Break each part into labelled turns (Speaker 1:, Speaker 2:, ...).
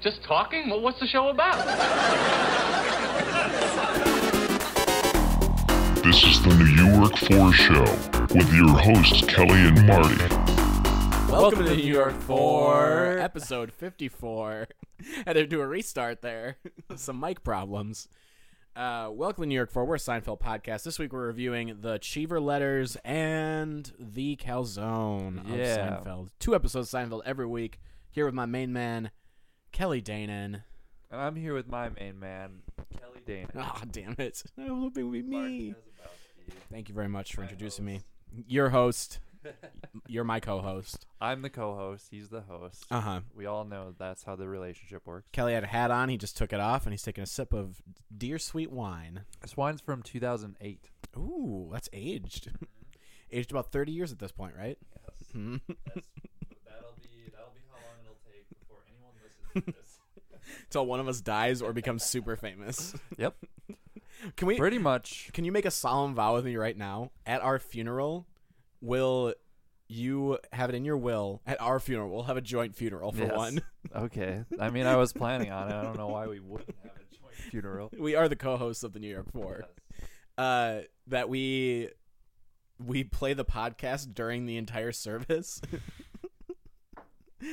Speaker 1: Just talking? Well, what's the show about?
Speaker 2: This is the New York 4 Show with your hosts, Kelly and Marty.
Speaker 3: Welcome, to New York 4, episode 54. Had to do a restart there. Some mic problems. Uh, welcome to New York 4. We're a Seinfeld podcast. This week we're reviewing The Cheever Letters and The Calzone
Speaker 4: Yeah.
Speaker 3: of Seinfeld. Two episodes of Seinfeld every week. Here with my main man, Kelly Danan.
Speaker 4: And I'm here with my main man, Kelly Dana.
Speaker 3: Ah, damn it. I was hoping it would be me. Thank you very much for introducing me. Your host. You're my co host.
Speaker 4: I'm the co-host. He's the host.
Speaker 3: Uh huh.
Speaker 4: We all know that's how the relationship works.
Speaker 3: Kelly had a hat on. He just took it off, and he's taking a sip of dear sweet wine.
Speaker 4: This wine's from 2008.
Speaker 3: Ooh, that's aged. aged about thirty years at this point, right? Hmm.
Speaker 4: that'll be that'll be how long it'll take before anyone listens to this.
Speaker 3: Till one of us dies or becomes super famous.
Speaker 4: yep,
Speaker 3: Can we?
Speaker 4: pretty much.
Speaker 3: Can you make a solemn vow with me right now? At our funeral, will you have it in your will? At our funeral, we'll have a joint funeral for
Speaker 4: Yes.
Speaker 3: one.
Speaker 4: Okay. I mean, I was planning on it. I don't know why we wouldn't have a joint funeral.
Speaker 3: We are the co-hosts of the New York Four. Uh, that we we play the podcast during the entire service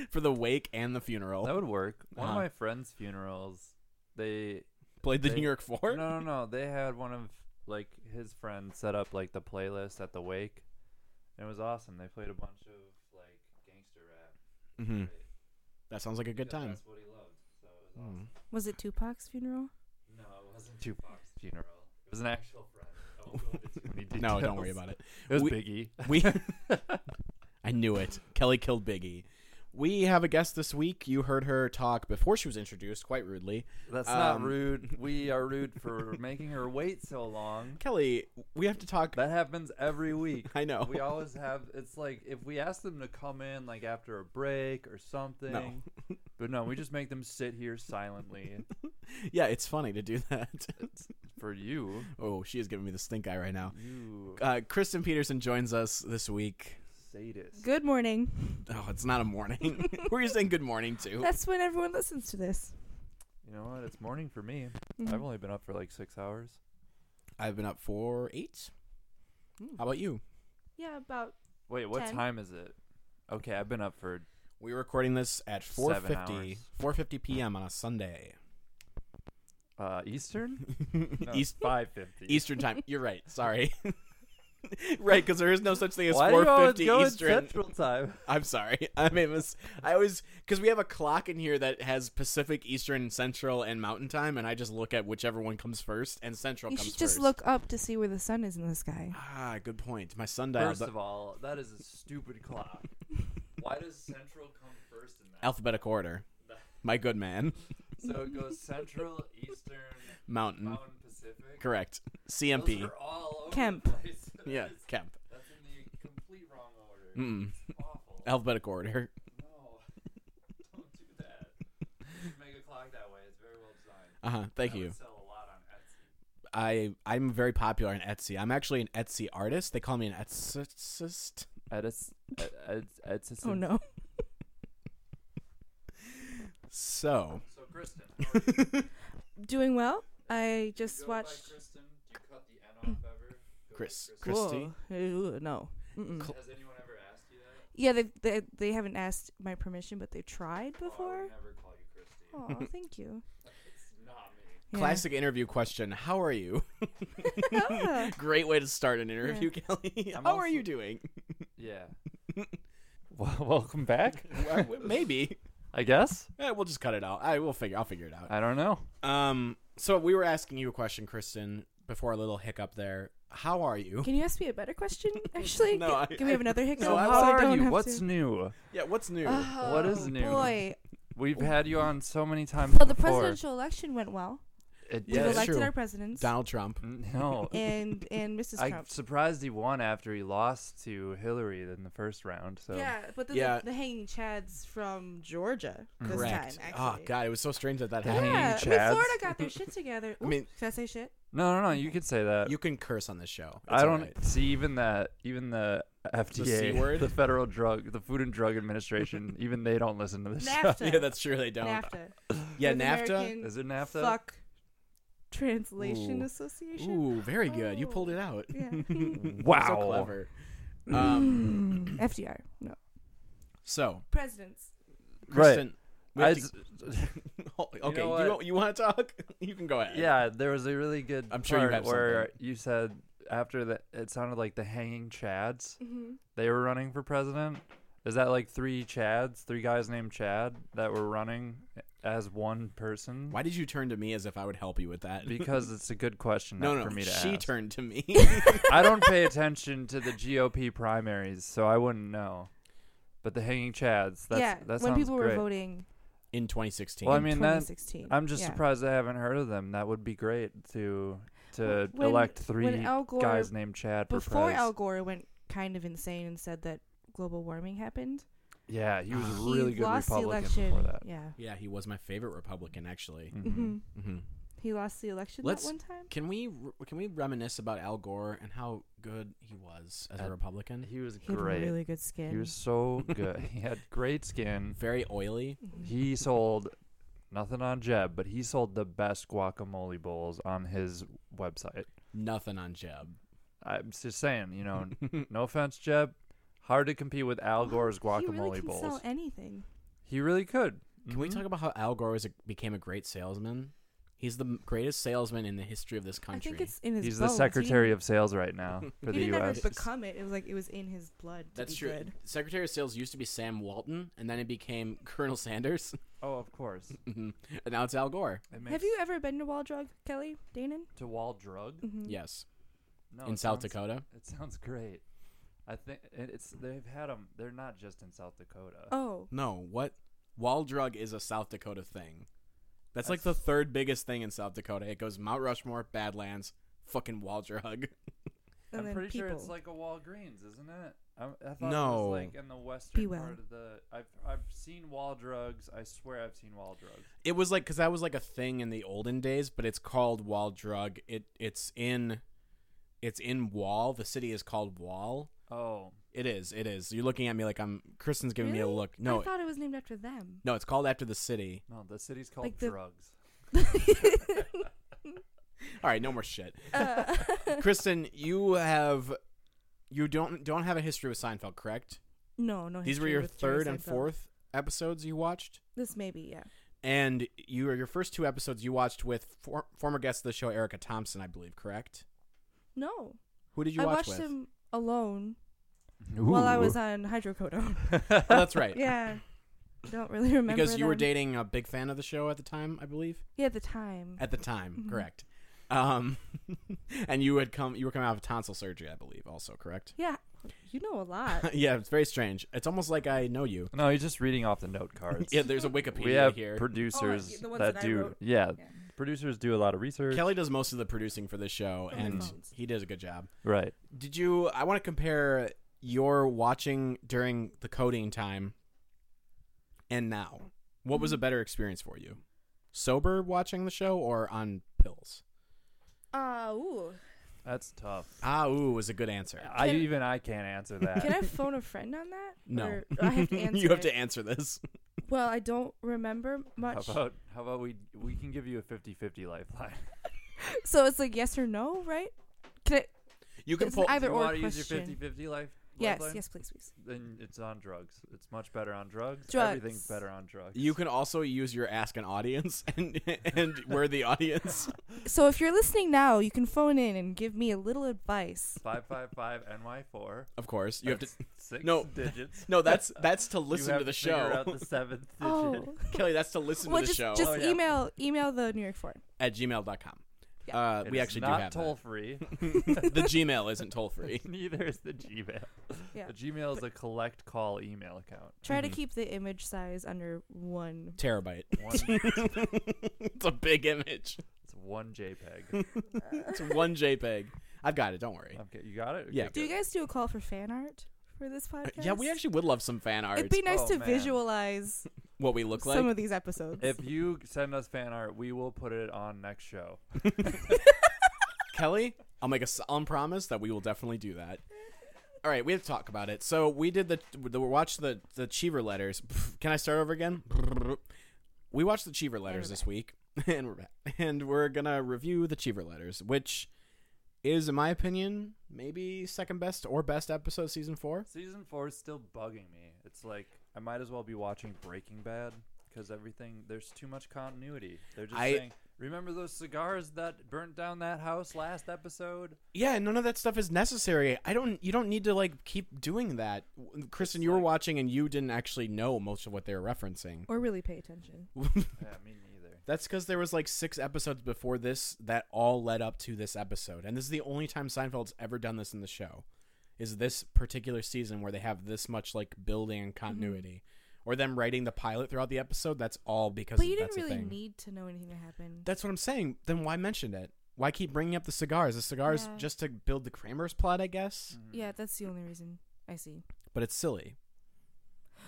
Speaker 3: for the wake and the funeral.
Speaker 4: That would work. One
Speaker 3: Uh-huh.
Speaker 4: of my friends' funerals, they
Speaker 3: Played the
Speaker 4: They-
Speaker 3: New York Four.
Speaker 4: No, no, no. They had one of like his friends set up like the playlist at the wake, and it was awesome. They played a bunch of like gangster rap.
Speaker 3: hmm That sounds like a good time.
Speaker 4: That's what he loved. So it was
Speaker 3: Mm.
Speaker 4: awesome.
Speaker 5: Was it Tupac's funeral?
Speaker 4: No, it wasn't Tupac's funeral. It was an actual friend. I won't go into too many
Speaker 3: No, don't
Speaker 4: details.
Speaker 3: worry about it.
Speaker 4: It was
Speaker 3: We-
Speaker 4: Biggie.
Speaker 3: We, I knew it. Kelly killed Biggie. We have a guest this week. You heard her talk before she was introduced, quite rudely.
Speaker 4: That's not
Speaker 3: Um,
Speaker 4: rude. We are rude for making her wait so long.
Speaker 3: Kelly, we have to talk.
Speaker 4: That happens every week.
Speaker 3: I know.
Speaker 4: We always have. It's like if we ask them to come in like after a break or something. But no, we just make them sit here silently.
Speaker 3: yeah, it's funny to do that.
Speaker 4: For you,
Speaker 3: oh, she is giving me the stink eye right now.
Speaker 4: you
Speaker 3: Uh, Kristen Peterson joins us this week.
Speaker 4: sadist.
Speaker 5: Good morning.
Speaker 3: Oh, it's not a morning. Who are you saying good morning to?
Speaker 5: That's when everyone listens to this.
Speaker 4: You know what? It's morning for me.
Speaker 5: Mhm.
Speaker 4: I've only been up for like six hours.
Speaker 3: I've been up for eight. Hmm. How about you?
Speaker 5: Yeah, about
Speaker 4: Wait, what
Speaker 5: Ten.
Speaker 4: time is it? Okay, I've been up for.
Speaker 3: We're recording this at
Speaker 4: Seven
Speaker 3: 4.50,
Speaker 4: hours.
Speaker 3: 4.50 p.m. on a Sunday.
Speaker 4: Uh, Eastern? No,
Speaker 3: East,
Speaker 4: five fifty.
Speaker 3: Eastern time. You're right. Sorry. right, because there is no such thing as
Speaker 4: Why do you always
Speaker 3: 450
Speaker 4: go in
Speaker 3: Eastern.
Speaker 4: Central Time?
Speaker 3: I'm sorry. I made mis- I always because we have a clock in here that has Pacific, Eastern, Central, and Mountain time, and I just look at whichever one comes first, and Central
Speaker 5: you
Speaker 3: comes
Speaker 5: should just
Speaker 3: first.
Speaker 5: look up to see where the sun is in the sky.
Speaker 3: Ah, good point. My sundial.
Speaker 4: First of all, that is a stupid clock. Why does Central come first in that?
Speaker 3: alphabetical order. My good man.
Speaker 4: So it goes Central, Eastern,
Speaker 3: Mountain.
Speaker 4: Mountain Pacific.
Speaker 3: Correct.
Speaker 4: Those
Speaker 3: CMP.
Speaker 4: are all over the
Speaker 5: Kemp.
Speaker 4: place.
Speaker 3: Yeah,
Speaker 4: That's-
Speaker 3: Kemp.
Speaker 4: That's in the complete wrong order.
Speaker 3: Mm.
Speaker 4: It's awful.
Speaker 3: Alphabetical order.
Speaker 4: No, don't do that. Just make a clock that way. It's very well designed.
Speaker 3: Uh huh. Thank
Speaker 4: That would
Speaker 3: you.
Speaker 4: sell a lot on Etsy.
Speaker 3: I I'm very popular on Etsy. I'm actually an Etsy artist. They call me an Etsist.
Speaker 4: e,
Speaker 5: Oh no.
Speaker 3: So
Speaker 4: So Kristen, how are you?
Speaker 5: Doing well? I
Speaker 4: Do you
Speaker 5: just
Speaker 4: go by
Speaker 5: watched.
Speaker 4: Kristen? Do you cut the N off ever? Go by
Speaker 3: Chris,
Speaker 4: Kristen?
Speaker 3: Christy,
Speaker 5: Whoa. Ew, no. Mm-mm.
Speaker 3: Cl-
Speaker 4: Has anyone ever asked you that?
Speaker 5: Yeah, they, they they haven't asked my permission, but they've tried
Speaker 4: Oh, I
Speaker 5: before.
Speaker 4: would never call you Christy.
Speaker 5: Oh, thank you.
Speaker 4: It's not me.
Speaker 5: Yeah.
Speaker 3: classic interview question. How are you?
Speaker 5: Oh.
Speaker 3: Great way to start an interview, Kelly.
Speaker 4: I'm
Speaker 3: How are
Speaker 4: also-
Speaker 3: you doing?
Speaker 4: Yeah. well, welcome back.
Speaker 3: Well, Maybe.
Speaker 4: I guess.
Speaker 3: Eh, we'll just cut it out. I will figure. I'll figure it out.
Speaker 4: I don't know.
Speaker 3: Um. So we were asking you a question, Kristen, before a little hiccup there. How are you?
Speaker 5: Can you ask me a better question? Actually,
Speaker 3: No,
Speaker 5: Can-
Speaker 3: I-
Speaker 5: can we have another hiccup?
Speaker 3: No, I
Speaker 5: so
Speaker 3: was-
Speaker 5: I don't have
Speaker 4: What's
Speaker 5: to-
Speaker 4: new?
Speaker 3: Yeah. What's new?
Speaker 5: Oh,
Speaker 4: What is new?
Speaker 5: Boy,
Speaker 4: We've had you on so many times
Speaker 5: well, the
Speaker 4: before.
Speaker 5: presidential election went well.
Speaker 4: It
Speaker 3: Yeah,
Speaker 5: We've
Speaker 3: it's
Speaker 4: did.
Speaker 5: elected
Speaker 3: true.
Speaker 5: our presidents.
Speaker 3: Donald Trump.
Speaker 4: No.
Speaker 5: and and Mrs.
Speaker 4: I'm
Speaker 5: Trump.
Speaker 4: surprised he won after he lost to Hillary in the first round. So
Speaker 5: Yeah, but then
Speaker 3: Yeah.
Speaker 5: The, the hanging chads from Georgia this
Speaker 3: Correct.
Speaker 5: time.
Speaker 3: Oh
Speaker 5: Actually.
Speaker 3: God, it was so strange that that
Speaker 4: Yeah.
Speaker 3: happened.
Speaker 5: Yeah,
Speaker 4: Ah, Hanging
Speaker 5: I mean,
Speaker 4: chads.
Speaker 5: Florida got their shit together.
Speaker 3: I
Speaker 5: I
Speaker 3: mean-
Speaker 5: mean, can I say shit?
Speaker 4: no, no, no. You could say that.
Speaker 3: You can curse on this show. It's
Speaker 4: I don't
Speaker 3: alright.
Speaker 4: see even that. Even the FDA, the,
Speaker 3: word?
Speaker 4: federal drug, the Food and Drug Administration, even they don't listen to this.
Speaker 5: NAFTA.
Speaker 3: Yeah, that's true. They don't.
Speaker 5: NAFTA.
Speaker 3: Yeah,
Speaker 5: North
Speaker 3: NAFTA?
Speaker 5: American
Speaker 4: Is it NAFTA?
Speaker 5: Fuck Translation
Speaker 3: Ooh.
Speaker 5: Association.
Speaker 3: Ooh, very good. You
Speaker 5: Oh.
Speaker 3: pulled it out.
Speaker 5: Yeah.
Speaker 4: Wow. Mm.
Speaker 3: So clever. Um,
Speaker 5: FDR. No.
Speaker 3: so,
Speaker 5: Presidents.
Speaker 3: Kristen. we
Speaker 4: I
Speaker 3: have
Speaker 4: s-
Speaker 3: to- Oh, okay, you,
Speaker 4: what?
Speaker 3: you, want to talk? You can go ahead.
Speaker 4: yeah, there was a really good
Speaker 3: I'm sure you
Speaker 4: part
Speaker 3: have
Speaker 4: where you said after that it sounded like the hanging chads.
Speaker 5: Mm-hmm.
Speaker 4: They were running for president. Is that like three chads, three guys named Chad that were running as one person?
Speaker 3: Why did you turn to me as if I would help you with that?
Speaker 4: Because it's a good question
Speaker 3: no,
Speaker 4: not
Speaker 3: no,
Speaker 4: for me to
Speaker 3: she
Speaker 4: ask.
Speaker 3: turned to me.
Speaker 4: I don't pay attention to the GOP primaries, so I wouldn't know. But the hanging chads, that's
Speaker 5: yeah.
Speaker 4: that
Speaker 5: when
Speaker 4: sounds
Speaker 5: people
Speaker 4: great.
Speaker 5: were voting
Speaker 3: In 2016.
Speaker 4: Well, I mean that
Speaker 5: 2016.
Speaker 4: I'm just
Speaker 5: Yeah.
Speaker 4: surprised I haven't heard of them. That would be great to to
Speaker 5: Wh- when-
Speaker 4: elect
Speaker 5: when
Speaker 4: three
Speaker 5: Al Gore-
Speaker 4: guys named Chad for
Speaker 5: Before
Speaker 4: pres.
Speaker 5: Al Gore went kind of insane and said that global warming happened,
Speaker 4: Yeah, he was a
Speaker 5: he
Speaker 4: really good
Speaker 5: lost the
Speaker 4: Republican
Speaker 5: election.
Speaker 4: before that. Mm-hmm.
Speaker 5: Yeah.
Speaker 3: yeah, he was my favorite Republican, actually.
Speaker 5: hmm
Speaker 3: hmm
Speaker 5: He lost the election
Speaker 3: Let's-
Speaker 5: that one time.
Speaker 3: Can we re- can we reminisce about Al Gore and how good he was as a
Speaker 4: Uh,
Speaker 3: Republican?
Speaker 4: He was
Speaker 5: He had
Speaker 4: great.
Speaker 5: really good skin.
Speaker 4: he was so good. he had great skin.
Speaker 3: Very oily.
Speaker 4: He sold nothing on Jeb, but he sold the best guacamole bowls on his website.
Speaker 3: Nothing on Jeb.
Speaker 4: I'm just saying, you know, no offense, Jeb. Hard to compete with Al Gore's
Speaker 5: He
Speaker 4: guacamole
Speaker 5: really can
Speaker 4: bowls.
Speaker 5: sell anything.
Speaker 4: he really could.
Speaker 3: Can we
Speaker 4: Mm-hmm.
Speaker 3: talk about how Al Gore was a, became a great salesman? He's the m- greatest salesman in the history of this country.
Speaker 5: I think it's in his.
Speaker 4: He's the
Speaker 5: bones.
Speaker 4: Secretary of Sales right now for
Speaker 5: He
Speaker 4: the
Speaker 5: didn't, he didn't
Speaker 4: U.S.
Speaker 5: ever become it. It was like it was in his blood. To
Speaker 3: That's
Speaker 5: be
Speaker 3: true.
Speaker 5: Good.
Speaker 3: Secretary of Sales used to be Sam Walton, and then it became Colonel Sanders,
Speaker 4: oh, of course.
Speaker 3: and now it's Al Gore.
Speaker 5: Have you ever been to Wall Drug, Kelly Danon?
Speaker 4: to Wall Drug
Speaker 5: Mm-hmm.
Speaker 3: Yes,
Speaker 4: no,
Speaker 3: in
Speaker 4: it
Speaker 3: South
Speaker 4: sounds-
Speaker 3: Dakota.
Speaker 4: It sounds great. I think and it's they've had them. They're not just in South Dakota.
Speaker 5: Oh,
Speaker 3: No, what? Wall drug is a South Dakota thing. That's, like the third biggest thing in South Dakota. It goes Mount Rushmore, Badlands, fucking wall drug.
Speaker 5: and
Speaker 4: I'm
Speaker 5: then
Speaker 4: pretty
Speaker 5: people.
Speaker 4: sure it's like a Walgreens, isn't it? I, I thought it
Speaker 3: No.
Speaker 4: was like in the western
Speaker 5: Be well.
Speaker 4: part of the. I've I've seen Wall Drugs. I swear I've seen Wall Drugs.
Speaker 3: It was like because that was like a thing in the olden days, but it's called Wall Drug. It it's in, it's in Wall. The city is called Wall.
Speaker 4: Oh,
Speaker 3: It is. It is. You're looking at me like I'm. Kristen's giving me a
Speaker 5: Really?
Speaker 3: look. No,
Speaker 5: I thought it was named after them.
Speaker 3: no. It's called after the city.
Speaker 4: no, the city's called
Speaker 5: Like the-
Speaker 4: Drugs.
Speaker 3: All right, no more shit.
Speaker 5: Uh.
Speaker 3: Kristen, you have, you don't don't have a history with Seinfeld, correct?
Speaker 5: No, no.
Speaker 3: These were
Speaker 5: history
Speaker 3: your
Speaker 5: with Jerry
Speaker 3: third and
Speaker 5: Seinfeld.
Speaker 3: fourth episodes you watched,
Speaker 5: This maybe, yeah.
Speaker 3: and you your first two episodes you watched with for, former guest of the show Erica Thompson, I believe, correct?
Speaker 5: No,
Speaker 3: Who did you
Speaker 5: I
Speaker 3: watch with?
Speaker 5: watched him alone while I was on hydrocodone.
Speaker 3: Oh, that's right.
Speaker 5: yeah, don't really remember
Speaker 3: because you were
Speaker 5: them.
Speaker 3: dating a big fan of the show at the time, I believe.
Speaker 5: Yeah, at the time.
Speaker 3: At the time,
Speaker 5: Mm-hmm.
Speaker 3: correct. Um, and you had come you were coming out of tonsil surgery, I believe, also correct.
Speaker 5: yeah, you know a lot.
Speaker 3: yeah, it's very strange. It's almost like I know you.
Speaker 4: No, he's just reading off the note cards.
Speaker 3: Yeah, there's a Wikipedia
Speaker 4: we have
Speaker 3: here.
Speaker 4: producers
Speaker 5: Oh, the ones
Speaker 4: that,
Speaker 5: that I
Speaker 4: do.
Speaker 5: wrote.
Speaker 4: Yeah,
Speaker 5: Yeah.
Speaker 4: producers do a lot of research.
Speaker 3: Kelly does most of the producing for this show,
Speaker 5: Oh, my
Speaker 3: and
Speaker 5: phones.
Speaker 3: he does a good job.
Speaker 4: Right.
Speaker 3: Did you? I want to compare your watching during the coding time and now. What was a better experience for you? Sober watching the show or on pills?
Speaker 5: Uh, ooh.
Speaker 4: That's tough.
Speaker 3: Ah, ooh, was a good answer.
Speaker 4: I even I can't answer that.
Speaker 5: Can I phone a friend on that?
Speaker 3: Uh, No,
Speaker 5: Or- I have to answer.
Speaker 3: you have
Speaker 5: it.
Speaker 3: to answer this.
Speaker 5: Well, I don't remember
Speaker 4: how
Speaker 5: much.
Speaker 4: about how about we we can give you a 50-50 lifeline?
Speaker 5: So it's like yes or no, right? Can I?
Speaker 3: You can
Speaker 5: It's
Speaker 3: pull.
Speaker 5: either
Speaker 4: you
Speaker 5: or
Speaker 4: wanna use your
Speaker 5: question.
Speaker 4: 50-50 life?
Speaker 5: Yes,
Speaker 4: lifeline?
Speaker 5: yes, please, please.
Speaker 4: Then it's on drugs. It's much better on drugs.
Speaker 5: Drugs.
Speaker 4: Everything's better on drugs.
Speaker 3: You can also use your ask an audience, and and we're the audience.
Speaker 5: So if you're listening now, you can phone in and give me a little advice.
Speaker 4: five five five NY four.
Speaker 3: Of course, you have to.
Speaker 4: six
Speaker 3: no.
Speaker 4: digits.
Speaker 3: No, that's that's to
Speaker 4: You
Speaker 3: listen
Speaker 4: have
Speaker 3: to the
Speaker 4: figure
Speaker 3: show,
Speaker 4: out the seventh digit.
Speaker 5: Oh,
Speaker 3: Kelly. That's to listen
Speaker 5: well,
Speaker 3: to the
Speaker 5: just
Speaker 3: show
Speaker 5: just
Speaker 4: Oh, yeah.
Speaker 5: email email the New York Forum.
Speaker 3: at gmail.com.
Speaker 5: Yeah.
Speaker 3: Uh,
Speaker 4: It
Speaker 3: we
Speaker 4: is
Speaker 3: actually do
Speaker 4: not
Speaker 3: have that.
Speaker 4: toll free.
Speaker 3: the Gmail isn't toll free.
Speaker 4: Neither is the Gmail.
Speaker 5: Yeah.
Speaker 4: The Gmail is a collect call email account.
Speaker 5: Try
Speaker 3: Mhm. Mm-hmm.
Speaker 5: to keep the image size under one.
Speaker 3: Terabyte.
Speaker 4: One, it's
Speaker 3: it's a big image.
Speaker 4: one JPEG.
Speaker 3: It's one JPEG. I've got it. Don't worry.
Speaker 4: Okay, you got it.
Speaker 3: Yeah. Uh,
Speaker 4: Okay,
Speaker 5: Do you
Speaker 4: good.
Speaker 5: guys do a call for fan art for this podcast?
Speaker 3: Yeah, we actually would love some fan art.
Speaker 5: It'd be nice
Speaker 4: Oh,
Speaker 5: to
Speaker 4: man.
Speaker 5: visualize
Speaker 3: what we look like.
Speaker 5: some of these episodes.
Speaker 4: If you send us fan art, we will put it on next show.
Speaker 3: Kelly, I'll make a solemn promise that we will definitely do that. All right, we have to talk about it. So we did the, the watch the the Cheever letters. Can I start over again? we watched the Cheever letters this week, and we're back. And we're gonna review the Cheever letters, which is, in my opinion, maybe second best or best episode of season four.
Speaker 4: Season four is still bugging me. It's like I might as well be watching Breaking Bad because everything there's too much continuity. They're just
Speaker 3: I-
Speaker 4: saying, "Remember those cigars that burnt down that house last episode?"
Speaker 3: Yeah, none of that stuff is necessary. I don't. You don't need to like keep doing that. W- Kristen, you were watching and you didn't actually know most of what they were referencing.
Speaker 5: Or really pay attention.
Speaker 4: Yeah, me neither.
Speaker 3: That's because there was like six episodes before this that all led up to this episode, and this is the only time Seinfeld's ever done this in the show. Is this particular season where they have this much like building
Speaker 5: Mm-hmm.
Speaker 3: and continuity, or them writing the pilot throughout the episode? That's all because
Speaker 5: But you
Speaker 3: that's
Speaker 5: didn't
Speaker 3: a
Speaker 5: really
Speaker 3: thing.
Speaker 5: need to know anything that happened.
Speaker 3: That's what I'm saying. Then why mention it? Why keep bringing up the cigars? The cigars
Speaker 5: Yeah.
Speaker 3: just to build the Kramer's plot, I guess.
Speaker 5: yeah, that's the only reason I see.
Speaker 3: But it's silly.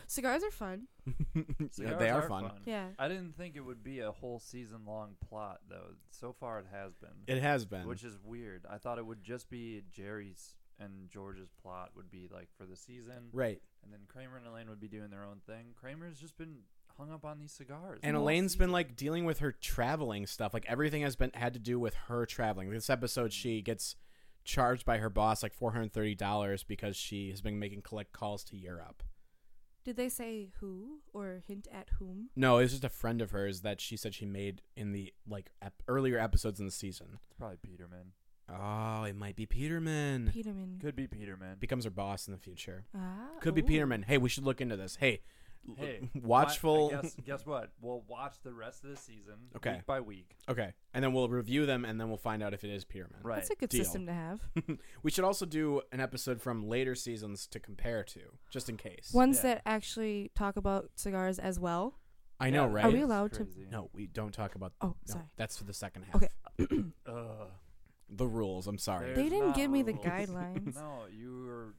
Speaker 5: Cigars are fun.
Speaker 3: Yeah,
Speaker 4: Cigars
Speaker 3: they are, fun.
Speaker 5: Yeah.
Speaker 4: I didn't think it would be a whole season long plot though. So far, it has been,
Speaker 3: It has been.
Speaker 4: which is weird. I thought it would just be Jerry's and George's plot would be like for the season,
Speaker 3: right.
Speaker 4: and then Kramer and Elaine would be doing their own thing. Kramer's just been hung up on these cigars,
Speaker 3: And
Speaker 4: all
Speaker 3: Elaine's been
Speaker 4: season.
Speaker 3: like dealing with her traveling stuff. Like everything has been had to do with her traveling. This episode
Speaker 4: Mm-hmm.
Speaker 3: she gets charged by her boss like $430 because she has been making collect calls to Europe.
Speaker 5: Did they say who or hint at whom?
Speaker 3: No, it's just a friend of hers that she said she made in the like ep- earlier episodes in the season.
Speaker 4: it's probably Peterman.
Speaker 3: Oh, it might be Peterman.
Speaker 5: Peterman.
Speaker 4: Could be Peterman.
Speaker 3: becomes her boss in the future.
Speaker 5: Ah,
Speaker 3: Could be
Speaker 5: ooh.
Speaker 3: Peterman. Hey, we should look into this. Hey, l-
Speaker 4: hey,
Speaker 3: watchful.
Speaker 4: Why, guess, guess what? We'll watch the rest of the season,
Speaker 3: Okay.
Speaker 4: week by week.
Speaker 3: Okay, and then we'll review them, and then we'll find out if it is Peterman.
Speaker 4: Right.
Speaker 5: That's a good
Speaker 3: Deal.
Speaker 5: system to have.
Speaker 3: We should also do an episode from later seasons to compare to, just in case.
Speaker 5: Ones
Speaker 4: Yeah.
Speaker 5: that actually talk about cigars as well.
Speaker 3: I know,
Speaker 4: Yeah,
Speaker 3: right?
Speaker 5: Are we
Speaker 4: it's
Speaker 5: allowed to-
Speaker 4: crazy.
Speaker 3: No, we don't talk about.
Speaker 5: Oh,
Speaker 3: no,
Speaker 5: sorry.
Speaker 3: That's for the second half.
Speaker 5: Okay.
Speaker 4: Ugh.
Speaker 3: The rules. I'm sorry.
Speaker 5: They
Speaker 4: There's
Speaker 5: didn't
Speaker 4: not
Speaker 5: give me the
Speaker 4: rules.
Speaker 5: guidelines.
Speaker 4: No, you were.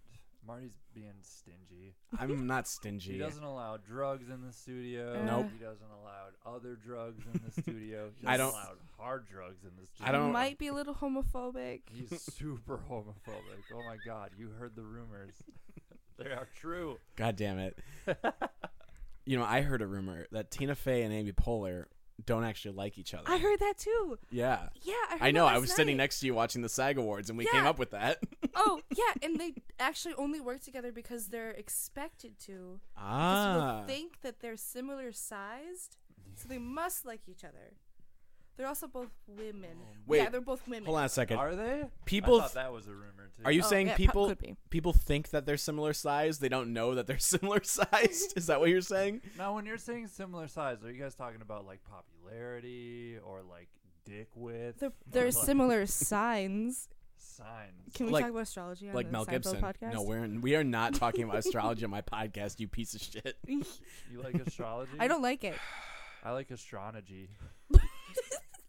Speaker 4: Marty's being stingy.
Speaker 3: I'm not
Speaker 4: He
Speaker 3: stingy.
Speaker 4: doesn't allow drugs in the studio.
Speaker 5: Nope.
Speaker 4: He doesn't allow other drugs in the studio. He
Speaker 3: I
Speaker 4: doesn't
Speaker 3: don't-
Speaker 4: allow hard drugs in the studio.
Speaker 3: I don't-
Speaker 5: Might be a little homophobic.
Speaker 4: He's super homophobic. Oh my god, you heard the rumors. they are true.
Speaker 3: God damn it. you know, I heard a rumor that Tina Fey and Amy Poehler don't actually like each other.
Speaker 5: I heard that too.
Speaker 3: yeah.
Speaker 5: Yeah, I, heard
Speaker 3: I know.
Speaker 5: That
Speaker 3: I was sitting
Speaker 5: next.
Speaker 3: next to you watching the SAG Awards, and we came
Speaker 5: Yeah.
Speaker 3: up with that.
Speaker 5: Oh yeah, and they actually only work together because they're expected to. Because
Speaker 3: ah.
Speaker 5: people think that they're similar sized, so they must like each other. They're also both women. yeah,
Speaker 3: Oh, Wait,
Speaker 5: they're both women.
Speaker 3: Hold on a second. Are,
Speaker 4: Are they?
Speaker 3: People
Speaker 4: I thought
Speaker 3: th-
Speaker 4: that was a rumor too.
Speaker 3: you
Speaker 5: Oh,
Speaker 3: saying
Speaker 5: yeah, po-
Speaker 3: people
Speaker 5: could be.
Speaker 3: people think that they're similar sized? They don't know that they're similar sized. Is that what you're saying?
Speaker 4: Now, when you're saying similar size, are you guys talking about like popularity or like dick width?
Speaker 5: They're,
Speaker 4: or,
Speaker 5: they're
Speaker 4: like,
Speaker 5: similar signs.
Speaker 4: signs.
Speaker 5: Can we
Speaker 3: Like-
Speaker 5: talk about astrology on
Speaker 3: like
Speaker 5: the
Speaker 3: Mel
Speaker 5: Seinfeld
Speaker 3: Gibson.
Speaker 5: podcast?
Speaker 3: No, we're we are not talking about astrology on my podcast. You piece of shit.
Speaker 4: You like astrology?
Speaker 5: I don't like it.
Speaker 4: I like astrology.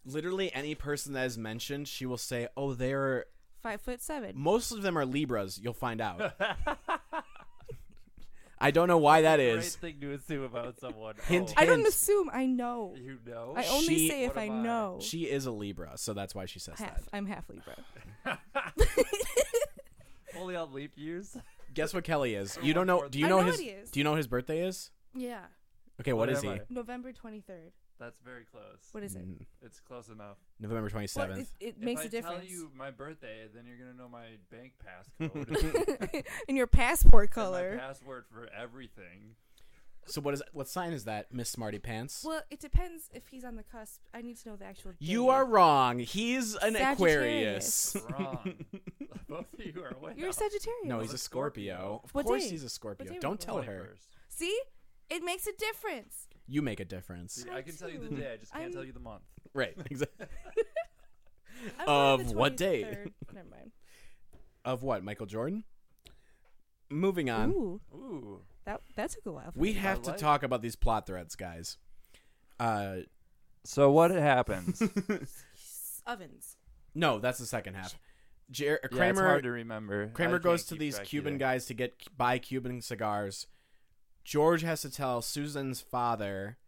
Speaker 3: Literally any person that is mentioned, she will say, "Oh, they're
Speaker 5: Five foot seven.
Speaker 3: most of them are Libras." You'll find out. I don't know why that
Speaker 4: Great
Speaker 3: is.
Speaker 4: thing to assume about someone.
Speaker 3: Hint,
Speaker 4: oh,
Speaker 5: I don't
Speaker 3: Hint.
Speaker 5: assume. I know.
Speaker 4: you know.
Speaker 5: I only
Speaker 3: She-
Speaker 5: say if
Speaker 4: What
Speaker 5: I
Speaker 4: am I?
Speaker 5: know.
Speaker 3: She is a Libra, so that's why she says
Speaker 5: half.
Speaker 3: that.
Speaker 5: I'm half Libra.
Speaker 4: only on leap years.
Speaker 3: Guess what Kelly is? You don't know? Do you
Speaker 5: I
Speaker 3: know,
Speaker 5: know
Speaker 3: his?
Speaker 5: it is.
Speaker 3: Do you know his birthday is?
Speaker 5: yeah,
Speaker 3: Okay, what is
Speaker 4: am
Speaker 3: he?
Speaker 4: I?
Speaker 5: November twenty third.
Speaker 4: That's very close.
Speaker 5: What is it?
Speaker 3: Mm,
Speaker 4: It's close enough.
Speaker 3: November twenty
Speaker 5: Well,
Speaker 3: seventh.
Speaker 5: it it
Speaker 4: If
Speaker 5: makes
Speaker 4: I
Speaker 5: a difference.
Speaker 4: tell you my birthday, then you're gonna know my bank passcode,
Speaker 5: and your passport
Speaker 4: and my
Speaker 5: color.
Speaker 4: password for everything.
Speaker 3: So what is? What sign is that, Miss Smarty Pants?
Speaker 5: Well, it depends if he's on the cusp. I need to know the actual.
Speaker 3: you
Speaker 5: date.
Speaker 3: are wrong. He's an
Speaker 5: Sagittarius.
Speaker 3: Aquarius.
Speaker 4: Wrong. Both of you are way
Speaker 5: You're a
Speaker 4: off.
Speaker 5: Sagittarius.
Speaker 3: No, he's a
Speaker 4: I'm a Scorpio.
Speaker 3: Scorpio. Of
Speaker 5: What
Speaker 3: course,
Speaker 5: day?
Speaker 3: he's a
Speaker 5: What
Speaker 3: Scorpio.
Speaker 5: day
Speaker 3: Don't
Speaker 5: was it?
Speaker 3: tell her.
Speaker 4: 21st.
Speaker 5: See, it makes a difference.
Speaker 3: You make a difference.
Speaker 4: See, I can tell you the
Speaker 5: too.
Speaker 4: day. I just can't
Speaker 5: I'm-
Speaker 4: tell you the month.
Speaker 3: Right. Exactly.
Speaker 5: I'm born
Speaker 3: Of
Speaker 5: on the
Speaker 3: what date?
Speaker 5: 23rd. Never mind.
Speaker 3: of what? Michael Jordan? Moving on.
Speaker 5: Ooh,
Speaker 4: Ooh.
Speaker 5: that that took a while.
Speaker 3: We have to
Speaker 4: like-
Speaker 3: talk about these plot threads, guys. Uh
Speaker 4: So what happens?
Speaker 5: ovens.
Speaker 3: no, that's the second half. Jer-
Speaker 4: yeah, it's
Speaker 3: Kramer
Speaker 4: hard to remember.
Speaker 3: Kramer goes to these Cuban guys to get buy Cuban cigars. George has to tell Susan's father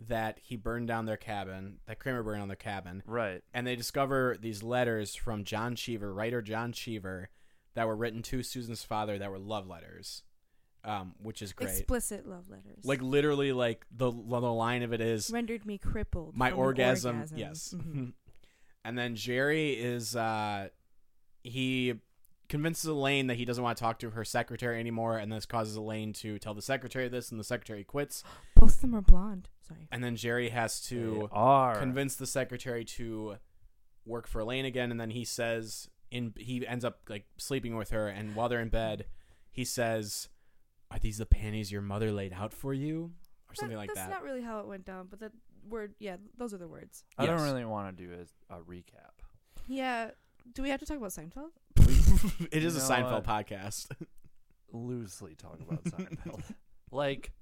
Speaker 3: that he burned down their cabin, that Kramer burned down their cabin.
Speaker 4: Right.
Speaker 3: and they discover these letters from John Cheever, writer John Cheever, that were written to Susan's father that were love letters um, which is great.
Speaker 5: Explicit love letters.
Speaker 3: like literally, like the, the line of it is
Speaker 5: rendered me crippled.
Speaker 3: my
Speaker 5: from
Speaker 3: orgasm,
Speaker 5: orgasm.
Speaker 3: yes
Speaker 4: Mm-hmm.
Speaker 5: Mhm.
Speaker 3: and then jerry is uh he convinces elaine that he doesn't want to talk to her secretary anymore and this causes elaine to tell the secretary this and the secretary quits
Speaker 5: Mm-hmm. Both of them are blonde. Sorry.
Speaker 3: and then jerry has to
Speaker 4: They are
Speaker 3: convince the secretary to work for elaine again and then he says in he ends up like sleeping with her and while they're in bed he says are these the panties your mother laid out for you or something like
Speaker 5: That's
Speaker 3: that
Speaker 5: not really how it went down, but that word, yeah, those are the words.
Speaker 4: I don't
Speaker 3: Yes.
Speaker 4: really want to do a, a recap.
Speaker 5: Yeah. Do we have to talk about Seinfeld?
Speaker 3: it is
Speaker 4: You
Speaker 3: a
Speaker 4: know
Speaker 3: seinfeld
Speaker 4: what?
Speaker 3: podcast
Speaker 4: Loosely talk about Seinfeld. like,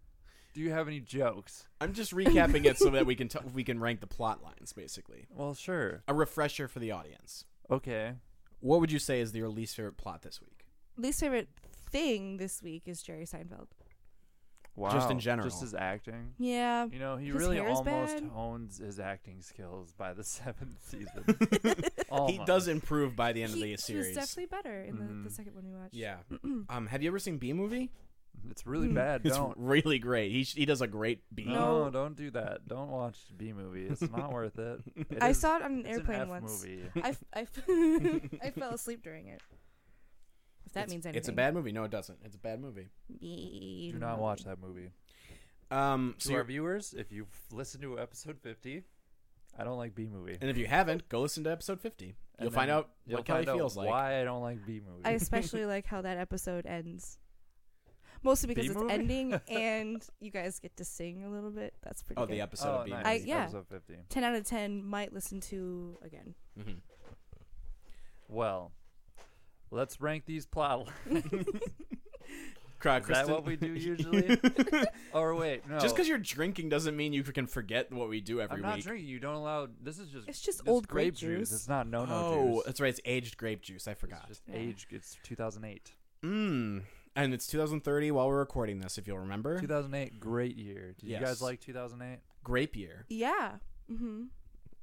Speaker 4: do you have any jokes?
Speaker 3: I'm just recapping it so that we can t- we can rank the plot lines basically.
Speaker 4: Well, sure.
Speaker 3: A refresher for the audience.
Speaker 4: Okay.
Speaker 3: What would you say is your least favorite plot this week?
Speaker 5: Least favorite thing this week is Jerry Seinfeld.
Speaker 4: Wow.
Speaker 3: in general.
Speaker 4: Just his acting.
Speaker 5: Yeah.
Speaker 4: You know, he
Speaker 5: His
Speaker 4: really
Speaker 5: hair is
Speaker 4: almost
Speaker 5: bad.
Speaker 4: hones his acting skills by the seventh season.
Speaker 3: he
Speaker 4: Almost.
Speaker 3: does improve by the end
Speaker 5: he,
Speaker 3: of the
Speaker 5: he was
Speaker 3: series. Mm-hmm.
Speaker 5: definitely better in the,
Speaker 4: Mhm.
Speaker 5: the second one we watched.
Speaker 3: yeah. um, have you ever seen B movie?
Speaker 4: It's really
Speaker 5: Mm.
Speaker 4: bad.
Speaker 3: It's
Speaker 4: Don't.
Speaker 3: really great. He sh- he does a great B.
Speaker 5: No.
Speaker 4: No. don't do that. Don't watch B movie. It's not worth it. It
Speaker 5: I
Speaker 4: is-
Speaker 5: saw it on an
Speaker 4: it's
Speaker 5: airplane
Speaker 4: F
Speaker 5: once.
Speaker 4: Movie.
Speaker 5: I, f- I, f- I fell asleep during it. If that
Speaker 3: It's-
Speaker 5: means anything.
Speaker 3: It's a bad movie. No, it doesn't. It's a bad movie.
Speaker 4: Do not watch that movie.
Speaker 3: Um,
Speaker 4: To
Speaker 3: so
Speaker 4: our
Speaker 3: you're,
Speaker 4: viewers, if you've listened to episode 50, I don't like B movie.
Speaker 3: and if you haven't, go listen to episode 50. You'll
Speaker 4: And
Speaker 3: find
Speaker 4: then
Speaker 3: out
Speaker 4: you'll
Speaker 3: what Kelly
Speaker 4: find out
Speaker 3: feels like.
Speaker 4: Why I don't like B movie.
Speaker 5: I especially like how that episode ends. Mostly because it's
Speaker 4: B-movie?
Speaker 5: ending and you guys get to sing a little bit. That's pretty
Speaker 3: Oh,
Speaker 5: good.
Speaker 3: the episode of B
Speaker 4: nice.
Speaker 3: movie.
Speaker 5: I- yeah.
Speaker 4: Episode 50.
Speaker 5: 10 out of 10 might listen to again.
Speaker 3: Mhm.
Speaker 4: Well, let's rank these plot lines.
Speaker 3: Cry,
Speaker 4: Is that
Speaker 3: Kristen.
Speaker 4: what we do usually? or wait, no.
Speaker 3: Just because you're drinking doesn't mean you can forget what we do every
Speaker 4: I'm not
Speaker 3: week.
Speaker 4: drinking. You don't allow. This is just.
Speaker 5: It's just
Speaker 4: this
Speaker 5: old
Speaker 4: grape
Speaker 5: grape
Speaker 4: juice.
Speaker 5: juice.
Speaker 4: It's not no no
Speaker 3: oh,
Speaker 4: juice.
Speaker 3: that's right. It's aged grape juice. I
Speaker 4: It's
Speaker 3: forgot.
Speaker 4: just
Speaker 5: Yeah.
Speaker 4: age. It's 2008.
Speaker 3: Mm. And it's 2030 while we're recording this, if you'll remember.
Speaker 4: 2008, great year. Did you
Speaker 3: Yes.
Speaker 4: guys like 2008?
Speaker 3: Grape year.
Speaker 5: Yeah. hmm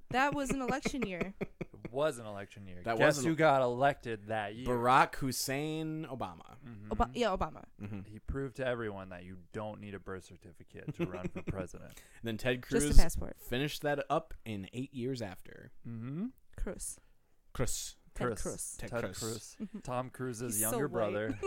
Speaker 5: That was an election year.
Speaker 4: It was an election year.
Speaker 3: That was
Speaker 4: Guess
Speaker 3: an-
Speaker 4: who got elected that year? Mm-hmm.
Speaker 3: Barack Hussein Obama.
Speaker 5: Oba-
Speaker 3: Mm-hmm.
Speaker 5: yeah, Obama.
Speaker 4: He proved to everyone that you don't need a birth certificate to run for president.
Speaker 3: And then Ted
Speaker 5: Just a
Speaker 3: Cruz
Speaker 5: passport.
Speaker 3: finished that up in eight years after.
Speaker 4: Mm-hmm.
Speaker 5: Cruz.
Speaker 3: Chris.
Speaker 5: Ted
Speaker 4: Cruz.
Speaker 5: Cruz.
Speaker 3: Ted
Speaker 4: Ted,
Speaker 3: Cruz.
Speaker 4: Cruz. Tom Cruise's
Speaker 5: Mm-hmm. He's so
Speaker 4: younger
Speaker 5: white.
Speaker 4: brother.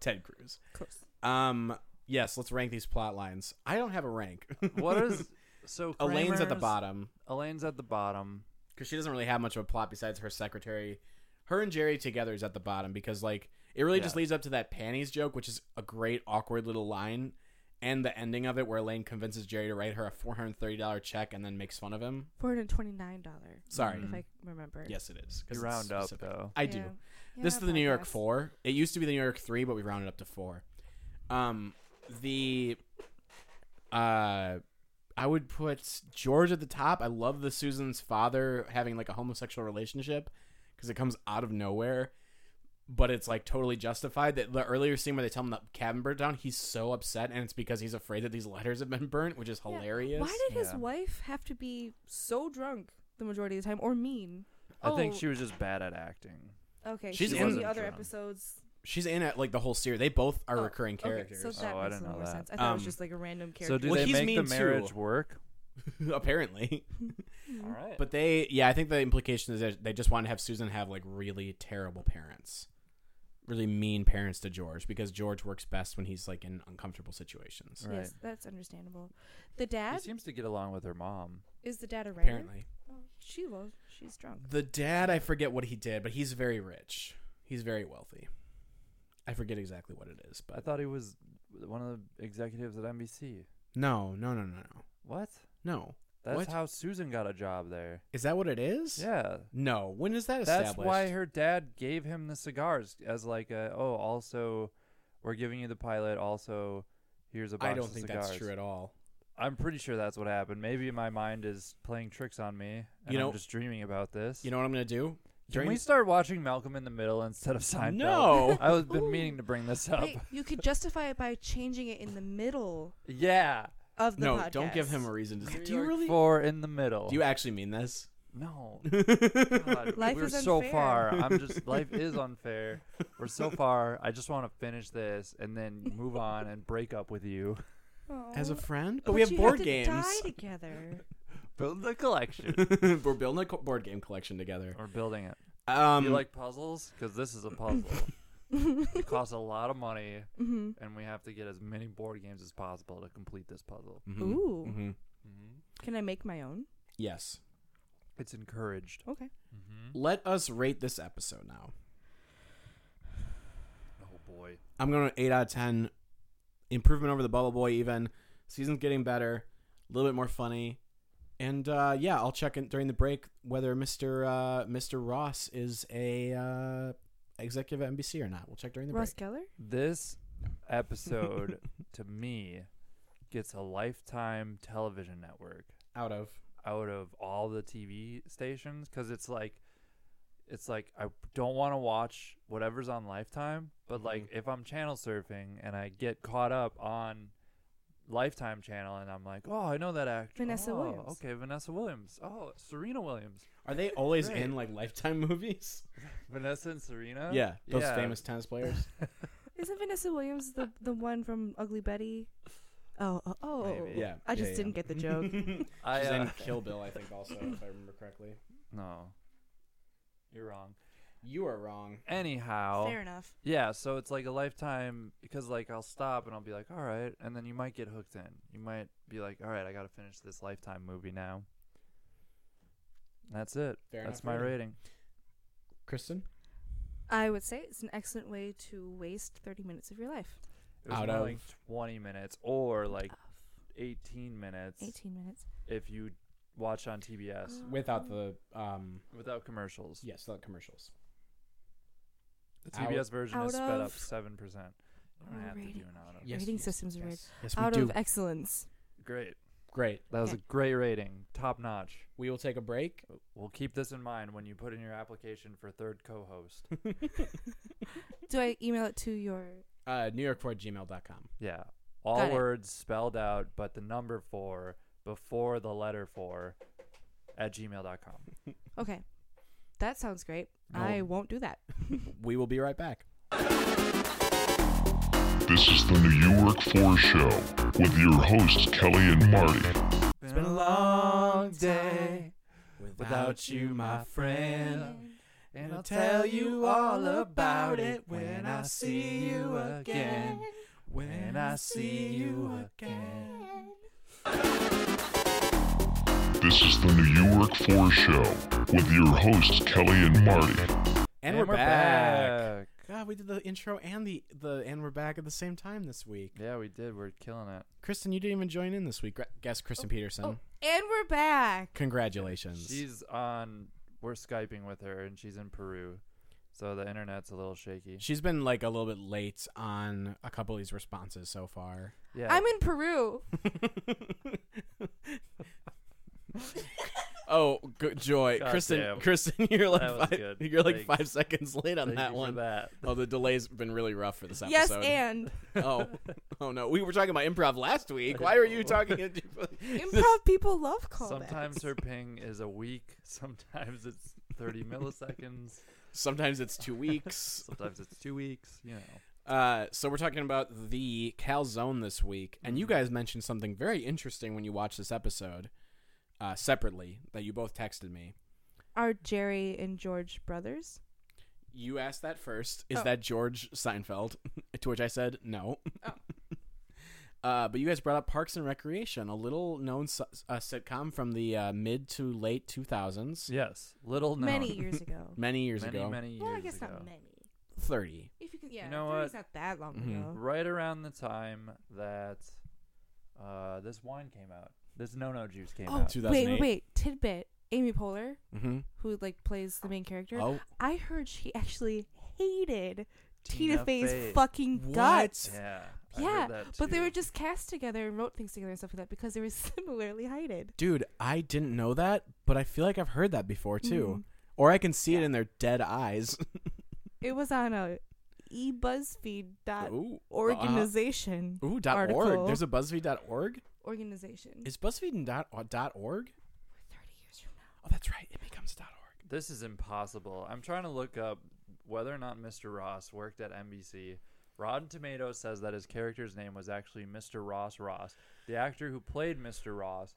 Speaker 3: Ted Cruz.
Speaker 5: Cruz.
Speaker 3: Um. Yes, let's rank these plot lines. I don't have a rank.
Speaker 4: what is so?
Speaker 3: Elaine's at the
Speaker 4: Kramer's-
Speaker 3: bottom
Speaker 4: Elaine's at the bottom.
Speaker 3: because she doesn't really have much of a plot besides her secretary. Her and Jerry together is at the bottom because like it really just
Speaker 4: Yeah.
Speaker 3: leads up to that panties joke, which is a great awkward little line, and the ending of it where Elaine convinces Jerry to write her a four hundred thirty dollar check and then makes fun of him.
Speaker 5: $429.
Speaker 3: Sorry.
Speaker 5: If I remember.
Speaker 3: Yes, it is. 'cause
Speaker 4: You
Speaker 3: it's
Speaker 4: round up
Speaker 3: specific.
Speaker 4: though.
Speaker 3: I do.
Speaker 5: Yeah. Yeah,
Speaker 3: this is the New York
Speaker 5: podcast.
Speaker 3: Four. It used to be the New York Three, but we rounded up to four. Um, the uh, I would put George at the top. I love the Susan's father having like a homosexual relationship because it comes out of nowhere, but it's like totally justified. That the earlier scene where they tell him that cabin burned down, he's so upset, and it's because he's afraid that these letters have been burnt, which is
Speaker 5: Yeah.
Speaker 3: hilarious.
Speaker 5: Why did his
Speaker 4: Yeah.
Speaker 5: wife have to be so drunk the majority of the time or mean?
Speaker 4: I think
Speaker 5: Oh,
Speaker 4: she was just bad at acting.
Speaker 5: Okay,
Speaker 3: She's
Speaker 5: she's
Speaker 3: in
Speaker 5: in the
Speaker 4: the
Speaker 5: other
Speaker 4: drama.
Speaker 5: episodes.
Speaker 3: She's in it like the whole series. They both are
Speaker 5: Oh,
Speaker 3: recurring
Speaker 5: okay,
Speaker 3: characters.
Speaker 5: so that
Speaker 4: Oh, I
Speaker 5: makes a
Speaker 4: didn't
Speaker 5: little
Speaker 4: know
Speaker 5: more
Speaker 4: that.
Speaker 5: sense. I thought it was
Speaker 3: Um,
Speaker 5: just like a random
Speaker 4: So
Speaker 5: character.
Speaker 4: do
Speaker 3: Well,
Speaker 4: they
Speaker 3: he's
Speaker 4: make the
Speaker 3: mean,
Speaker 4: marriage
Speaker 3: too.
Speaker 4: work?
Speaker 3: Apparently.
Speaker 5: Mm-hmm.
Speaker 4: All right.
Speaker 3: But they, yeah, I think the implication is that they just want to have Susan have like really terrible parents, really mean parents to George because George works best when he's like in uncomfortable situations.
Speaker 4: Right.
Speaker 5: Yes, that's understandable. The
Speaker 4: he
Speaker 5: dad
Speaker 4: seems to get along with her mom.
Speaker 5: is the dad a writer?
Speaker 3: Apparently,
Speaker 5: Oh, she was. She's drunk.
Speaker 3: the dad, I forget what he did, but he's very rich. He's very wealthy. I forget exactly what it is,
Speaker 4: I
Speaker 3: but
Speaker 4: thought he was one of the executives at NBC.
Speaker 3: no, no, no, no, no,
Speaker 4: What?
Speaker 3: no.
Speaker 4: That's
Speaker 3: What?
Speaker 4: how Susan got a job there.
Speaker 3: Is that what it is?
Speaker 4: Yeah.
Speaker 3: No. When is that
Speaker 4: That's
Speaker 3: established?
Speaker 4: why her dad gave him the cigars as like a oh also we're giving you the pilot also here's a box
Speaker 3: I don't
Speaker 4: of
Speaker 3: think
Speaker 4: cigars.
Speaker 3: that's true at all.
Speaker 4: I'm pretty sure that's what happened. Maybe my mind is playing tricks on me and
Speaker 3: You know-
Speaker 4: I'm just dreaming about this.
Speaker 3: You know what I'm gonna do?
Speaker 4: Can we start watching Malcolm in the Middle instead of Seinfeld?
Speaker 3: No.
Speaker 4: I was been
Speaker 5: Ooh.
Speaker 4: meaning to bring this up.
Speaker 5: Wait, you could justify it by changing it in the middle
Speaker 4: Yeah.
Speaker 5: of the
Speaker 3: no,
Speaker 5: podcast.
Speaker 3: don't give him a reason to. Do
Speaker 4: New
Speaker 3: you
Speaker 4: York
Speaker 3: really?
Speaker 4: Four in the middle.
Speaker 3: Do you actually mean this?
Speaker 4: No. God,
Speaker 5: Life
Speaker 4: we're
Speaker 5: is
Speaker 4: so
Speaker 5: unfair.
Speaker 4: far. I'm just life is unfair. We're so far. I just want to finish this and then move on and break up with you.
Speaker 3: As a
Speaker 5: Aw.
Speaker 3: friend, but, we have
Speaker 5: Oh. you
Speaker 3: board
Speaker 5: to
Speaker 3: games.
Speaker 5: Die together.
Speaker 4: Build the collection.
Speaker 3: We're building a co- board game collection together.
Speaker 4: We're building it.
Speaker 3: Um,
Speaker 4: you like puzzles? Because this is a puzzle. it costs a lot of money,
Speaker 5: Mm-hmm.
Speaker 4: and we have to get as many board games as possible to complete this puzzle.
Speaker 3: Mm-hmm.
Speaker 5: Ooh. Can I make my own?
Speaker 3: yes.
Speaker 4: It's encouraged.
Speaker 5: Okay.
Speaker 4: Hmm?
Speaker 3: Let us rate this episode now.
Speaker 4: Oh boy.
Speaker 3: I'm going to 8 out of 10. Improvement over the Bubble Boy, even. Season's getting better, a little bit more funny. And uh, yeah, I'll check in during the break whether Mr. Uh, Mr. Ross is a uh, executive at NBC or not. We'll check during the
Speaker 5: Ross
Speaker 3: break.
Speaker 5: Geller?
Speaker 4: This episode, to me, gets a lifetime television network.
Speaker 3: Out of.
Speaker 4: out of all the TV stations because it's like it's like I don't want to watch whatever's on Lifetime, but like if I'm channel surfing and I get caught up on Lifetime channel and I'm like, oh, I know that actor.
Speaker 5: Vanessa
Speaker 4: Oh,
Speaker 5: Williams.
Speaker 4: Okay, Vanessa Williams. Oh, Serena Williams.
Speaker 3: Are they always
Speaker 4: Great.
Speaker 3: in like lifetime movies?
Speaker 4: Vanessa and Serena.
Speaker 3: yeah, those
Speaker 4: Uh, yeah.
Speaker 3: famous tennis players.
Speaker 5: Isn't Vanessa Williams the, the one from Ugly Betty? Oh, oh, oh.
Speaker 4: Maybe.
Speaker 3: Yeah,
Speaker 5: I
Speaker 3: yeah,
Speaker 5: just
Speaker 3: yeah.
Speaker 5: didn't get the joke.
Speaker 4: I,
Speaker 3: She's
Speaker 4: uh,
Speaker 3: in Kill Bill, I think, also, if I remember correctly.
Speaker 4: no, you're wrong.
Speaker 3: You are wrong.
Speaker 4: Anyhow,
Speaker 5: Fair enough.
Speaker 4: Yeah, so it's like a lifetime because like I'll stop and I'll be like, all right, and then you might get hooked in. You might be like, all right, I got to finish this lifetime movie now. And that's it.
Speaker 3: Fair
Speaker 4: that's
Speaker 3: enough
Speaker 4: my
Speaker 3: rating.
Speaker 4: rating.
Speaker 3: Kristen?
Speaker 5: I would say it's an excellent way to waste 30 minutes of your life.
Speaker 4: It was
Speaker 3: Out
Speaker 4: more
Speaker 3: of-
Speaker 4: like 20 minutes or like 18 minutes
Speaker 5: 18 minutes.
Speaker 4: if you watch on TBS
Speaker 3: Without the, um,
Speaker 5: Oh.
Speaker 4: without commercials.
Speaker 3: yes, without commercials.
Speaker 4: The
Speaker 3: Out-
Speaker 4: TBS version is
Speaker 5: out
Speaker 4: sped
Speaker 5: of-
Speaker 4: up 7%. You don't
Speaker 5: Oh,
Speaker 4: have to do
Speaker 5: rating.
Speaker 4: an out of.
Speaker 3: Yes,
Speaker 5: Rating
Speaker 3: yes,
Speaker 5: systems are
Speaker 3: yes.
Speaker 5: weird.
Speaker 3: Yes, we
Speaker 5: Out
Speaker 3: do.
Speaker 5: of e- excellence.
Speaker 4: Great.
Speaker 3: Great.
Speaker 4: That was a
Speaker 5: Okay.
Speaker 4: great rating. Top notch.
Speaker 3: We will take a break.
Speaker 4: We'll keep this in mind when you put in your application for third co-host.
Speaker 5: Do I email it to your.
Speaker 3: Uh, NewYork4@gmail.com.
Speaker 4: Yeah. All
Speaker 5: Got it.
Speaker 4: words spelled out, but the number four before the letter four at gmail.com.
Speaker 5: Okay. That sounds great. I won't do that.
Speaker 3: We will be right back.
Speaker 2: This is the New York 4 Show with your hosts, Kelly and Marty.
Speaker 4: It's
Speaker 3: been a long day
Speaker 4: without you, my friend.
Speaker 3: and I'll tell you all about it when I see you again.
Speaker 4: When I see you again.
Speaker 2: This is the New York 4 Show with your hosts, Kelly and Marty.
Speaker 3: And, we're, back. God, we did the intro and the, the and we're back at the same time this week.
Speaker 4: Yeah, we did. We're killing it.
Speaker 3: Kristen, you didn't even join in this week. Gra- Guess Kristen Peterson.
Speaker 5: Oh, and we're back.
Speaker 3: Congratulations.
Speaker 4: She's on, we're Skyping with her, and she's in Peru. So the internet's a little shaky.
Speaker 3: She's been like a little bit late on a couple of these responses so far.
Speaker 4: Yeah.
Speaker 5: I'm in Peru.
Speaker 3: oh, good joy,
Speaker 4: God
Speaker 3: Kristen!
Speaker 4: damn.
Speaker 3: Kristen, you're like
Speaker 4: That was
Speaker 3: five,
Speaker 4: good.
Speaker 3: you're like
Speaker 4: Thanks.
Speaker 3: five seconds late on
Speaker 4: Thank you
Speaker 3: that
Speaker 4: for
Speaker 3: one.
Speaker 4: that.
Speaker 3: Oh, the delay's been really rough for this episode.
Speaker 5: Yes, and.
Speaker 3: oh, oh no, we were talking about improv last week. Why were you talking?
Speaker 5: Improv people love callbacks.
Speaker 4: Sometimes her ping is a week. Sometimes it's 30 milliseconds.
Speaker 3: Sometimes it's two weeks.
Speaker 4: Sometimes it's two weeks. You know.
Speaker 3: Uh, so we're talking about the calzone this week, and
Speaker 4: Mm-hmm.
Speaker 3: you guys mentioned something very interesting when you watched this episode uh, separately that you both texted me.
Speaker 5: Are Jerry and George brothers?
Speaker 3: You asked that first.
Speaker 4: Oh.
Speaker 3: Is that George Seinfeld? to which I said no.
Speaker 4: Oh.
Speaker 3: uh, but you guys brought up Parks and Recreation, a little known s uh, sitcom from the uh, mid to late 2000s,
Speaker 4: Yes. Little known.
Speaker 5: Many years ago.
Speaker 3: many years
Speaker 4: many,
Speaker 3: ago,
Speaker 4: many years
Speaker 5: well, I guess
Speaker 4: ago.
Speaker 5: not many.
Speaker 3: 30.
Speaker 5: If you can, yeah,
Speaker 4: know what?
Speaker 5: thirty's
Speaker 4: Mm-hmm.
Speaker 5: not that long ago.
Speaker 4: Right around the time that uh, this wine came out, this no-no juice came
Speaker 5: Oh,
Speaker 4: out.
Speaker 3: two-
Speaker 5: wait, wait,
Speaker 3: 2008.
Speaker 5: wait. Tidbit. Amy Poehler,
Speaker 3: Mm-hmm.
Speaker 5: who like plays the main character,
Speaker 3: Oh.
Speaker 5: I heard she actually hated Tina,
Speaker 4: Tina
Speaker 5: Fey's
Speaker 4: Fey.
Speaker 5: fucking
Speaker 3: What?
Speaker 5: guts.
Speaker 4: Yeah. I heard
Speaker 5: Yeah,
Speaker 4: that
Speaker 5: but they
Speaker 4: too.
Speaker 5: were just cast together and wrote things together and stuff like that because they were similarly hated.
Speaker 3: Dude, I didn't know that, but I feel like I've heard that before too. Or I can see it in their dead eyes.
Speaker 5: It was on a eBuzzFeed dot
Speaker 3: Ooh, uh-huh.
Speaker 5: organization.
Speaker 3: Ooh, dot
Speaker 5: article.
Speaker 3: org. There's a BuzzFeed dot org.
Speaker 5: organization.
Speaker 3: Is BuzzFeed and dot, dot org?
Speaker 5: Thirty years from now.
Speaker 3: Oh, that That's right. It becomes .org.
Speaker 4: This is impossible. I'm trying to look up whether or not Mr. Ross worked at NBC. Rotten Tomatoes says that his character's name was actually Mr. Ross Ross. The actor who played Mr. Ross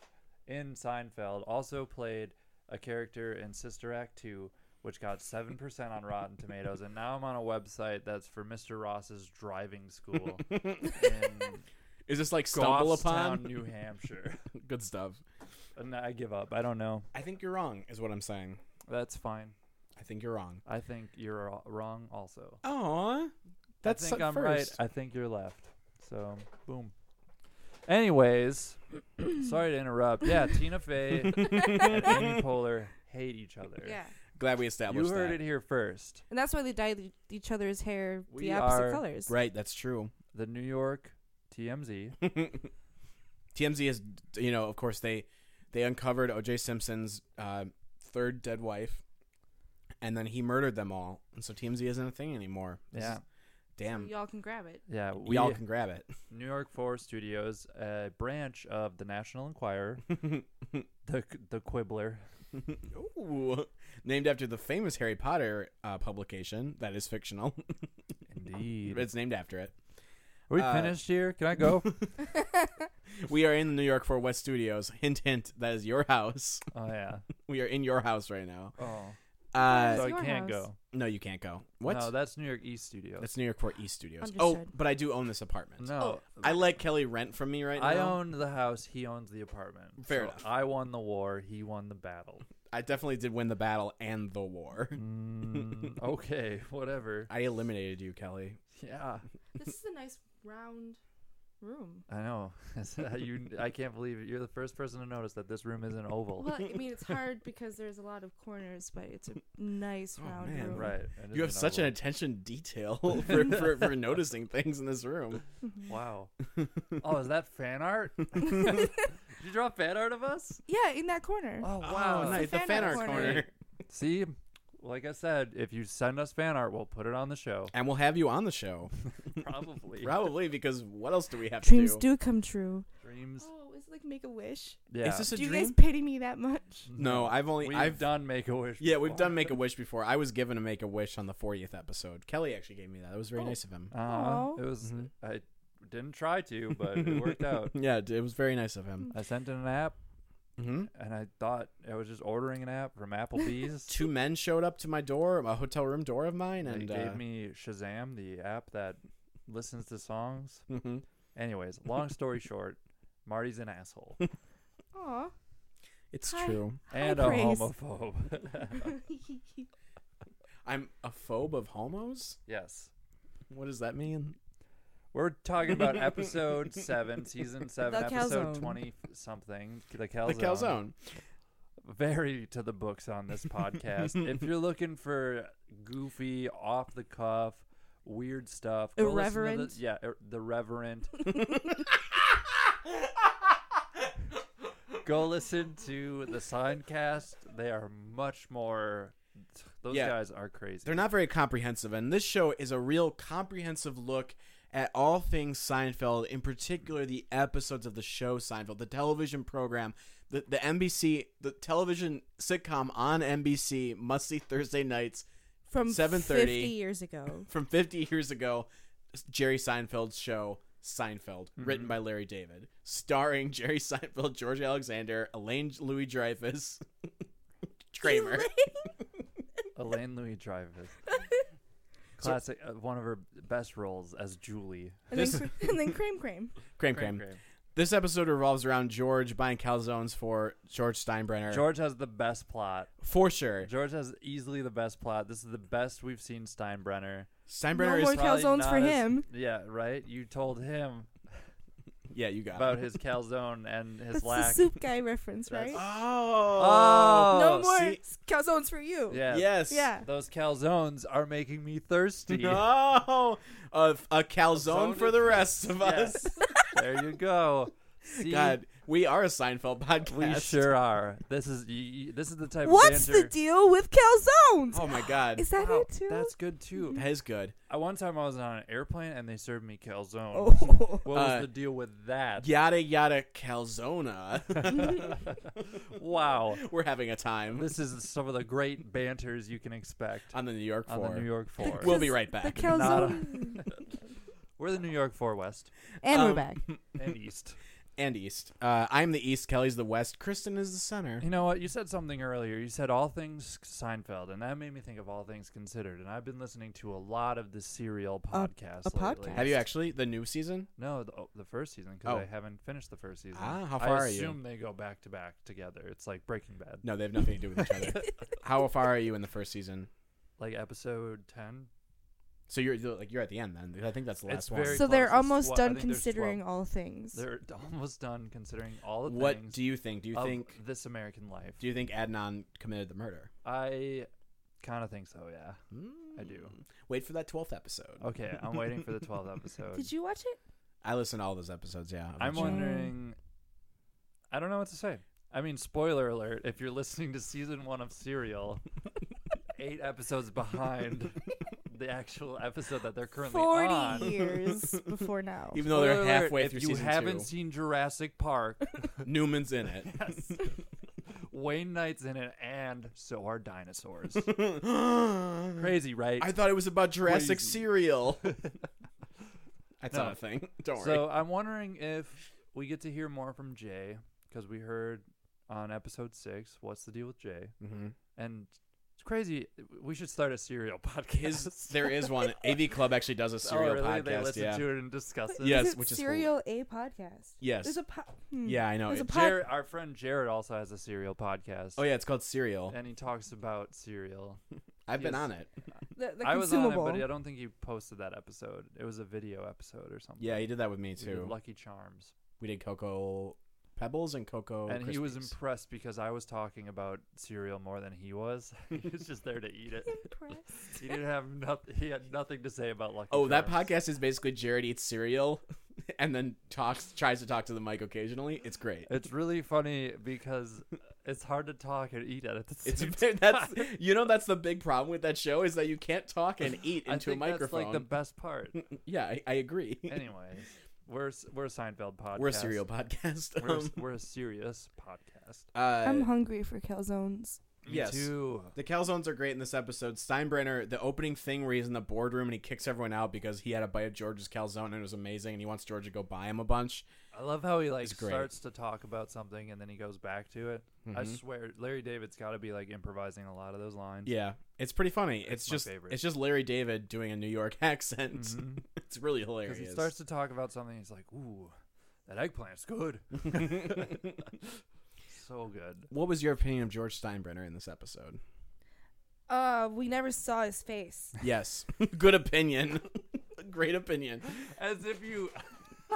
Speaker 4: in Seinfeld also played a character in Sister Act 2, which got 7% on Rotten Tomatoes. And now I'm on a website that's for Mr. Ross's driving school in
Speaker 3: Is this like stumble
Speaker 4: Goffstown,
Speaker 3: upon?
Speaker 4: New Hampshire.
Speaker 3: Good stuff.
Speaker 4: And I give up. I don't know.
Speaker 3: I think you're wrong, is what I'm saying.
Speaker 4: That's fine.
Speaker 3: I think you're wrong.
Speaker 4: I think you're a- wrong also.
Speaker 3: Aw, that's
Speaker 4: I think
Speaker 3: i
Speaker 4: I'm right. I think you're left. So boom. Anyways, sorry to interrupt. Yeah, Tina Fey and Amy Poehler hate each other.
Speaker 5: Yeah.
Speaker 3: Glad we
Speaker 4: you
Speaker 3: established
Speaker 4: heard
Speaker 3: that.
Speaker 4: it here first.
Speaker 5: And that's why they dyed e- each other's hair
Speaker 4: We
Speaker 5: the opposite
Speaker 4: are
Speaker 5: colors.
Speaker 3: Right, that's true.
Speaker 4: The New York TMZ.
Speaker 3: TMZ is, you know, of course they they uncovered O.J. Simpson's uh, third dead wife, and then he murdered them all, and so TMZ isn't a thing anymore. This
Speaker 4: yeah,
Speaker 3: is- damn,
Speaker 5: Y'all can grab it.
Speaker 4: yeah. We
Speaker 3: y'all can grab it.
Speaker 4: New York Four Studios, a branch of the National Enquirer, the the Quibbler.
Speaker 3: Ooh. Named after the famous Harry Potter uh, publication that is fictional.
Speaker 4: Indeed.
Speaker 3: it's named after it.
Speaker 4: Are we
Speaker 3: uh,
Speaker 4: finished here? Can I go?
Speaker 3: We are in the New York for West Studios. Hint, hint. That is your house.
Speaker 4: oh yeah.
Speaker 3: We are in your house right now.
Speaker 4: Oh,
Speaker 3: Uh,
Speaker 5: It's
Speaker 4: so I
Speaker 5: your
Speaker 4: can't
Speaker 5: house.
Speaker 4: go.
Speaker 3: no, you can't go. What?
Speaker 4: No, that's New York East Studios.
Speaker 3: That's New York for East Studios. Oh,
Speaker 5: Understood.
Speaker 3: but I do own this apartment.
Speaker 4: no,
Speaker 5: Oh,
Speaker 3: I let Kelly rent from me right now.
Speaker 4: I own the house. He owns the apartment.
Speaker 3: Fair
Speaker 4: So
Speaker 3: enough.
Speaker 4: I won the war. He won the battle.
Speaker 3: I definitely did win the battle and the war.
Speaker 4: Mm, okay, whatever.
Speaker 3: I eliminated you, Kelly.
Speaker 4: Yeah,
Speaker 5: This is a nice round room.
Speaker 4: I know. uh, you, I can't believe it. You're the first person to notice that this room is an oval.
Speaker 5: Well, I mean, it's hard because there's a lot of corners, but it's a nice round
Speaker 3: Oh, man,
Speaker 5: room.
Speaker 4: Right. it is
Speaker 3: You have
Speaker 4: an
Speaker 3: such an
Speaker 4: oval.
Speaker 3: attention detail for, for, for noticing things in this room.
Speaker 4: wow. Oh, is that fan art? Did you draw fan art of us?
Speaker 5: Yeah, in that corner.
Speaker 4: Oh wow.
Speaker 3: Oh, nice.
Speaker 5: the
Speaker 3: The
Speaker 5: fan
Speaker 3: fan
Speaker 5: art
Speaker 3: art
Speaker 5: corner.
Speaker 3: corner.
Speaker 4: See, like I said, if you send us fan art, we'll put it on the show.
Speaker 3: And we'll have you on the show.
Speaker 4: Probably.
Speaker 3: Probably because what else do we have
Speaker 5: Dreams
Speaker 3: to do?
Speaker 5: do come true.
Speaker 4: Dreams.
Speaker 5: Oh, it's like make a wish.
Speaker 4: Yeah.
Speaker 3: Is this a
Speaker 5: Do you
Speaker 3: dream?
Speaker 5: guys pity me that much?
Speaker 3: no, I've only
Speaker 4: We've
Speaker 3: I've
Speaker 4: done Make a Wish.
Speaker 3: Yeah, we've done Make a Wish before. I was given a Make a Wish on the 40th episode. Kelly actually gave me that. That was very
Speaker 4: Oh.
Speaker 3: nice of him.
Speaker 4: Uh,
Speaker 5: Aw.
Speaker 4: it was.
Speaker 3: Mm-hmm.
Speaker 4: I didn't try to, but it worked out.
Speaker 3: Yeah, it was very nice of him.
Speaker 4: I sent in an app,
Speaker 3: hmm
Speaker 4: and I thought I was just ordering an app from Applebee's.
Speaker 3: Two men showed up to my door, a hotel room door of mine,
Speaker 4: they
Speaker 3: and
Speaker 4: gave
Speaker 3: uh,
Speaker 4: me Shazam, the app that listens to songs.
Speaker 3: mhm.
Speaker 4: Anyways, long story short, Marty's an asshole
Speaker 5: Aw.
Speaker 3: it's
Speaker 5: Hi.
Speaker 3: true.
Speaker 4: and a
Speaker 5: praise.
Speaker 4: homophobe.
Speaker 3: I'm a phobe of homos.
Speaker 4: yes.
Speaker 3: What does that mean?
Speaker 4: We're talking about episode seven, season seven,
Speaker 5: The
Speaker 4: episode
Speaker 5: calzone.
Speaker 4: twenty something. The
Speaker 3: The
Speaker 4: calzone.
Speaker 3: calzone.
Speaker 4: very to the books on this podcast. if you're looking for goofy, off the cuff, weird stuff, go listen to the-
Speaker 5: Irreverent.
Speaker 4: yeah, ir- the reverent. go listen to the Signcast. They are much more. Those
Speaker 3: Yeah.
Speaker 4: guys are crazy.
Speaker 3: They're not very comprehensive, and this show is a real comprehensive look at all things Seinfeld, in particular the episodes of the show Seinfeld, the television program, the, the NBC, the television sitcom on NBC, must see Thursday nights
Speaker 5: From
Speaker 3: 7:30.
Speaker 5: 50 years ago.
Speaker 3: from 50 years ago, Jerry Seinfeld's show Seinfeld, written by Larry David, starring Jerry Seinfeld, George Alexander, Elaine Louis Dreyfus, Kramer.
Speaker 4: Elaine Louis Dreyfus. Classic, uh, one of her best roles as Julie.
Speaker 5: And then, cr- and then cream cream.
Speaker 3: Crame, crame.
Speaker 4: Crame.
Speaker 3: This episode revolves around George buying calzones for George Steinbrenner.
Speaker 4: George has the best plot.
Speaker 3: For sure.
Speaker 4: George has easily the best plot. This is the best we've seen Steinbrenner.
Speaker 3: Steinbrenner
Speaker 5: No
Speaker 3: is.
Speaker 5: more-
Speaker 4: Probably
Speaker 5: calzones
Speaker 4: not
Speaker 5: for
Speaker 4: as-
Speaker 5: him.
Speaker 4: Yeah, right. You told him
Speaker 3: Yeah, you got
Speaker 4: about
Speaker 3: it.
Speaker 4: his calzone and his
Speaker 5: That's
Speaker 4: lack.
Speaker 5: the soup guy reference,
Speaker 4: That's-
Speaker 5: right?
Speaker 3: Oh.
Speaker 5: no more
Speaker 3: see-
Speaker 5: s- calzones for you.
Speaker 4: yeah.
Speaker 3: Yes.
Speaker 5: Yeah.
Speaker 4: Those calzones are making me thirsty.
Speaker 3: No. A, a calzone
Speaker 4: Calzone
Speaker 3: for the rest of
Speaker 4: Yes.
Speaker 3: us.
Speaker 4: there you go. See,
Speaker 3: God, We are a Seinfeld podcast.
Speaker 4: We sure are. This is you, you- this is the type
Speaker 5: What's
Speaker 4: of
Speaker 5: the
Speaker 4: banter.
Speaker 5: deal with calzones?
Speaker 3: Oh my god,
Speaker 5: Is that
Speaker 4: Wow,
Speaker 5: it too?
Speaker 4: That's good too.
Speaker 3: that is good.
Speaker 4: At one time, I was on an airplane and they served me calzone.
Speaker 5: Oh.
Speaker 4: What was
Speaker 3: Uh,
Speaker 4: the deal with that?
Speaker 3: Yada yada calzona.
Speaker 4: Wow.
Speaker 3: We're having a time
Speaker 4: This is some of the great banters you can expect
Speaker 3: on the New York
Speaker 4: on
Speaker 3: Four.
Speaker 4: the New York Four.
Speaker 3: We'll be right
Speaker 5: The
Speaker 3: back.
Speaker 5: calzone.
Speaker 4: We're the New York Four West
Speaker 5: and we're
Speaker 3: Um,
Speaker 5: back.
Speaker 4: and East.
Speaker 3: and East. Uh, I'm the East. Kelly's the West. Kristen is the center.
Speaker 4: You know what? You said something earlier. You said all things Seinfeld, and that made me think of all things considered. And I've been listening to a lot of the Serial
Speaker 5: A-
Speaker 4: podcast.
Speaker 5: a
Speaker 4: lately.
Speaker 5: podcast?
Speaker 3: Have you actually the new season?
Speaker 4: No, the, oh, the first season because
Speaker 3: Oh.
Speaker 4: I haven't finished the first season.
Speaker 3: Ah, how far
Speaker 4: I
Speaker 3: are you?
Speaker 4: assume they go back to back together. It's like Breaking Bad,
Speaker 3: No, they have nothing to do with each other. How far are you in the first season?
Speaker 4: like episode ten.
Speaker 3: So you're you're, like you're at the end then. 'cause I think that's the last
Speaker 4: It's
Speaker 3: one.
Speaker 4: very
Speaker 5: So they're
Speaker 4: close. It's
Speaker 5: almost
Speaker 4: twe- I
Speaker 5: done
Speaker 4: think there's
Speaker 5: considering
Speaker 4: 12.
Speaker 5: all things.
Speaker 4: They're almost done considering all the
Speaker 3: what
Speaker 4: things
Speaker 3: do you think? Do you
Speaker 4: of
Speaker 3: think
Speaker 4: this American Life.
Speaker 3: do you think Adnan committed the murder?
Speaker 4: I kind of think so. Yeah, I do.
Speaker 3: Hmm. Wait for that twelfth episode.
Speaker 4: Okay, I'm waiting for the 12th episode.
Speaker 5: Did you watch it?
Speaker 3: I listen to all those episodes. Yeah, of
Speaker 4: I'm
Speaker 3: that show.
Speaker 4: wondering. I don't know what to say. I mean, spoiler alert: if you're listening to season one of Serial, eight episodes behind the actual episode that they're currently
Speaker 5: Forty
Speaker 4: on.
Speaker 5: years before now.
Speaker 3: even though they're
Speaker 4: Spoiler alert,
Speaker 3: halfway
Speaker 4: if
Speaker 3: through
Speaker 4: you
Speaker 3: season
Speaker 4: haven't
Speaker 3: two.
Speaker 4: seen Jurassic Park,
Speaker 3: Newman's in it.
Speaker 4: yes. Wayne Knight's in it, and so are dinosaurs. Crazy, right?
Speaker 3: I thought it was about Jurassic
Speaker 4: Crazy.
Speaker 3: cereal. That's
Speaker 4: No.
Speaker 3: not a thing. Don't worry.
Speaker 4: So I'm wondering if we get to hear more from Jay because we heard on episode six, "What's the deal with Jay?"
Speaker 3: Mhm.
Speaker 4: And it's crazy. We should start a serial podcast.
Speaker 3: His, there is one. AV Club actually does a serial
Speaker 4: oh, really?
Speaker 3: podcast.
Speaker 4: They listen
Speaker 3: yeah.
Speaker 4: to it and discuss it.
Speaker 3: Yes,
Speaker 5: Is it
Speaker 3: which is
Speaker 5: serial a podcast.
Speaker 3: Yes.
Speaker 5: There's a po- hmm.
Speaker 3: Yeah, I know.
Speaker 5: There's a
Speaker 3: It-
Speaker 5: pod-
Speaker 4: Jared, our friend Jared also has a serial podcast.
Speaker 3: oh yeah, it's called Serial.
Speaker 4: And he talks about cereal.
Speaker 3: I've been
Speaker 4: yes.
Speaker 3: on it.
Speaker 5: the, the
Speaker 4: I was on it,
Speaker 5: consumable.
Speaker 4: but I don't think he posted that episode. It was a video episode or something.
Speaker 3: Yeah, he did that with me
Speaker 4: We did
Speaker 3: too.
Speaker 4: Lucky Charms.
Speaker 3: we did Cocoa Pebbles and Cocoa.
Speaker 4: and he was
Speaker 3: Oh, Krispies.
Speaker 4: impressed because I was talking about cereal more than he was. he was just there to eat it.
Speaker 5: Impressed.
Speaker 4: He didn't have nothing. He had nothing to say about Lucky.
Speaker 3: Oh, that
Speaker 4: Charms.
Speaker 3: podcast is basically Jared eats cereal and then talks, tries to talk to the mic occasionally. It's great.
Speaker 4: It's really funny because it's hard to talk and eat at the
Speaker 3: It's
Speaker 4: same
Speaker 3: that's
Speaker 4: time.
Speaker 3: you know that's the big problem with that show is that you can't talk and eat
Speaker 4: I
Speaker 3: into a
Speaker 4: think that's,
Speaker 3: microphone.
Speaker 4: like the best part.
Speaker 3: yeah, I, I agree.
Speaker 4: Anyways, we're s- we're a Seinfeld podcast.
Speaker 3: We're a serial podcast.
Speaker 4: We're,
Speaker 3: Um,
Speaker 4: s- we're a serious podcast.
Speaker 3: uh,
Speaker 5: I'm hungry for calzones.
Speaker 4: Me
Speaker 3: yes.
Speaker 4: too.
Speaker 3: the calzones are great in this episode. Steinbrenner, the opening thing where he's in the boardroom and he kicks everyone out because he had a bite of George's calzone and it was amazing, and he wants George to go buy him a bunch.
Speaker 4: I love how he like
Speaker 3: It's great.
Speaker 4: starts to talk about something and then he goes back to it. I
Speaker 3: Mm-hmm.
Speaker 4: swear, Larry David's got to be like improvising a lot of those lines.
Speaker 3: Yeah, it's pretty funny. It's,
Speaker 4: my
Speaker 3: just
Speaker 4: favorite. Mm-hmm.
Speaker 3: it's just Larry David doing a New York accent. it's really hilarious.
Speaker 4: Because he starts to talk about something, he's like, "Ooh, that eggplant's good, so good."
Speaker 3: What was your opinion of George Steinbrenner in this episode?
Speaker 5: Uh, we never saw his face.
Speaker 3: Yes, good opinion. Great opinion.
Speaker 4: As if you,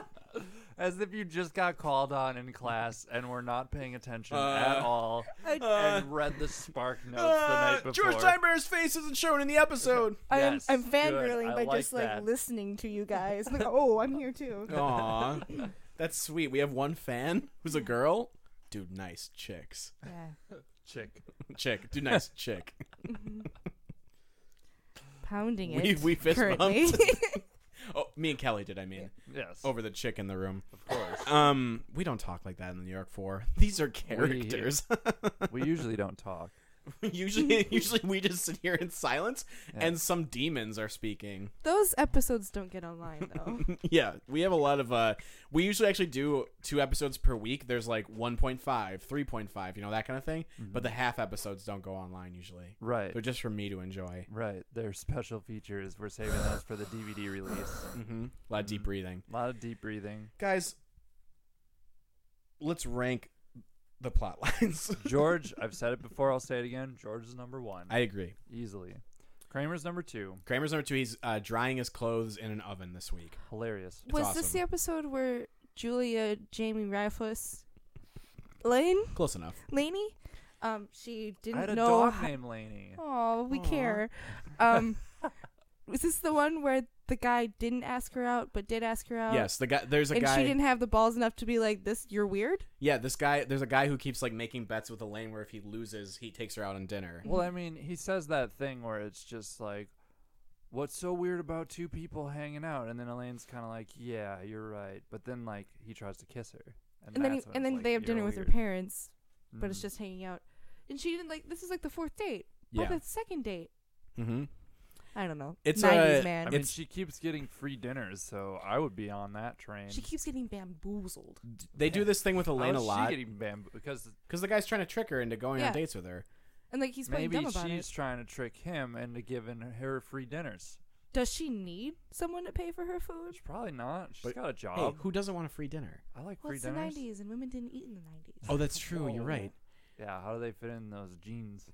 Speaker 4: as if you just got called on in class and were not paying attention at
Speaker 3: Uh,
Speaker 4: all,
Speaker 5: I-
Speaker 4: and read the spark notes the night
Speaker 3: Uh,
Speaker 4: before.
Speaker 3: George Steinbrenner's face isn't shown in the episode.
Speaker 5: I'm
Speaker 4: Yes,
Speaker 5: I'm
Speaker 4: good.
Speaker 5: fangirling
Speaker 4: I
Speaker 5: by
Speaker 4: like
Speaker 5: just like
Speaker 4: that.
Speaker 5: listening to you guys. I'm like, oh, I'm here too.
Speaker 3: Aw, that's sweet. We have one fan who's a girl. Dude, nice chicks.
Speaker 5: Yeah.
Speaker 4: Chick,
Speaker 3: Chick, dude, nice chick.
Speaker 5: Pounding it.
Speaker 3: We- we fist
Speaker 5: currently.
Speaker 3: Oh, me and Kelly did. I mean,
Speaker 4: yes,
Speaker 3: over the chick in the room.
Speaker 4: of course.
Speaker 3: Um, we don't talk like that in the New York Four. These are characters.
Speaker 4: we usually don't talk.
Speaker 3: usually, usually we just sit here in silence, and some demons are speaking.
Speaker 5: Those episodes don't get online though.
Speaker 3: Yeah, we have a lot of uh we usually actually do two episodes per week. There's like 1.5, 3.5, you know, that kind of thing. But
Speaker 4: Mm.
Speaker 3: the half episodes don't go online usually.
Speaker 4: Mm-hmm. Right,
Speaker 3: They're just for me to enjoy.
Speaker 4: right. They're special features. We're saving those for the DVD release.
Speaker 3: Mm-hmm. A lot of deep breathing.
Speaker 4: A lot of deep breathing.
Speaker 3: Guys, let's rank the plot lines.
Speaker 4: George, I've said it before. I'll say it again. George is number one,
Speaker 3: I agree.
Speaker 4: easily. Kramer's number two.
Speaker 3: Kramer's number two, he's uh, drying his clothes in an oven this week.
Speaker 4: Hilarious.
Speaker 5: Was this
Speaker 3: awesome.
Speaker 5: the episode where Julia Jamie Dreyfus Lane
Speaker 3: Close enough.
Speaker 5: Laney? Um, she
Speaker 4: I had
Speaker 5: didn't
Speaker 4: a
Speaker 5: know.
Speaker 4: dog named Laney.
Speaker 5: Oh, we care. Um, was this the one where the guy didn't ask her out, but did ask her out.
Speaker 3: Yes, the guy. There's a
Speaker 5: Oh. and
Speaker 3: guy.
Speaker 5: she didn't have the balls enough to be like, "This, you're weird."
Speaker 3: yeah, this guy. There's a guy who keeps like making bets with Elaine where if he loses, he takes her out on dinner.
Speaker 4: Well, I mean, he says that thing where it's just like, what's so weird about two people hanging out? And then Elaine's kind of like, yeah, you're right. But then, like, he tries to kiss her. And,
Speaker 5: And then, he,
Speaker 4: that's when
Speaker 5: and
Speaker 4: it's
Speaker 5: then
Speaker 4: like,
Speaker 5: they have
Speaker 4: you're
Speaker 5: dinner with her
Speaker 4: weird.
Speaker 5: parents, but it's
Speaker 4: Mm.
Speaker 5: just hanging out. And she didn't like. This is like the fourth date,
Speaker 3: Yeah.
Speaker 5: but the second date.
Speaker 3: Mm-hmm.
Speaker 5: I don't know.
Speaker 3: It's,
Speaker 5: 90s
Speaker 3: uh,
Speaker 5: man.
Speaker 4: I mean,
Speaker 3: it's-
Speaker 4: she keeps getting free dinners, so I would be on that train.
Speaker 5: she keeps getting bamboozled.
Speaker 3: They do this thing with
Speaker 4: How
Speaker 3: Elaine a
Speaker 4: is she
Speaker 3: lot
Speaker 4: getting bamboo because
Speaker 3: because the guy's trying to trick her into going
Speaker 5: Yeah.
Speaker 3: on dates with her.
Speaker 5: And like he's playing
Speaker 4: maybe
Speaker 5: dumb about
Speaker 4: she's
Speaker 5: it.
Speaker 4: trying to trick him into giving her free dinners.
Speaker 5: Does she need someone to pay for her food?
Speaker 4: Which probably not. She's
Speaker 3: But-
Speaker 4: got a
Speaker 3: Hey,
Speaker 4: job.
Speaker 3: who doesn't want a free dinner?
Speaker 4: I like
Speaker 5: Well,
Speaker 4: free
Speaker 5: it's the
Speaker 4: dinners.
Speaker 5: nineties and women didn't eat in the nineties.
Speaker 3: Oh, that's true. You're right.
Speaker 4: Yeah, how do they fit in those jeans?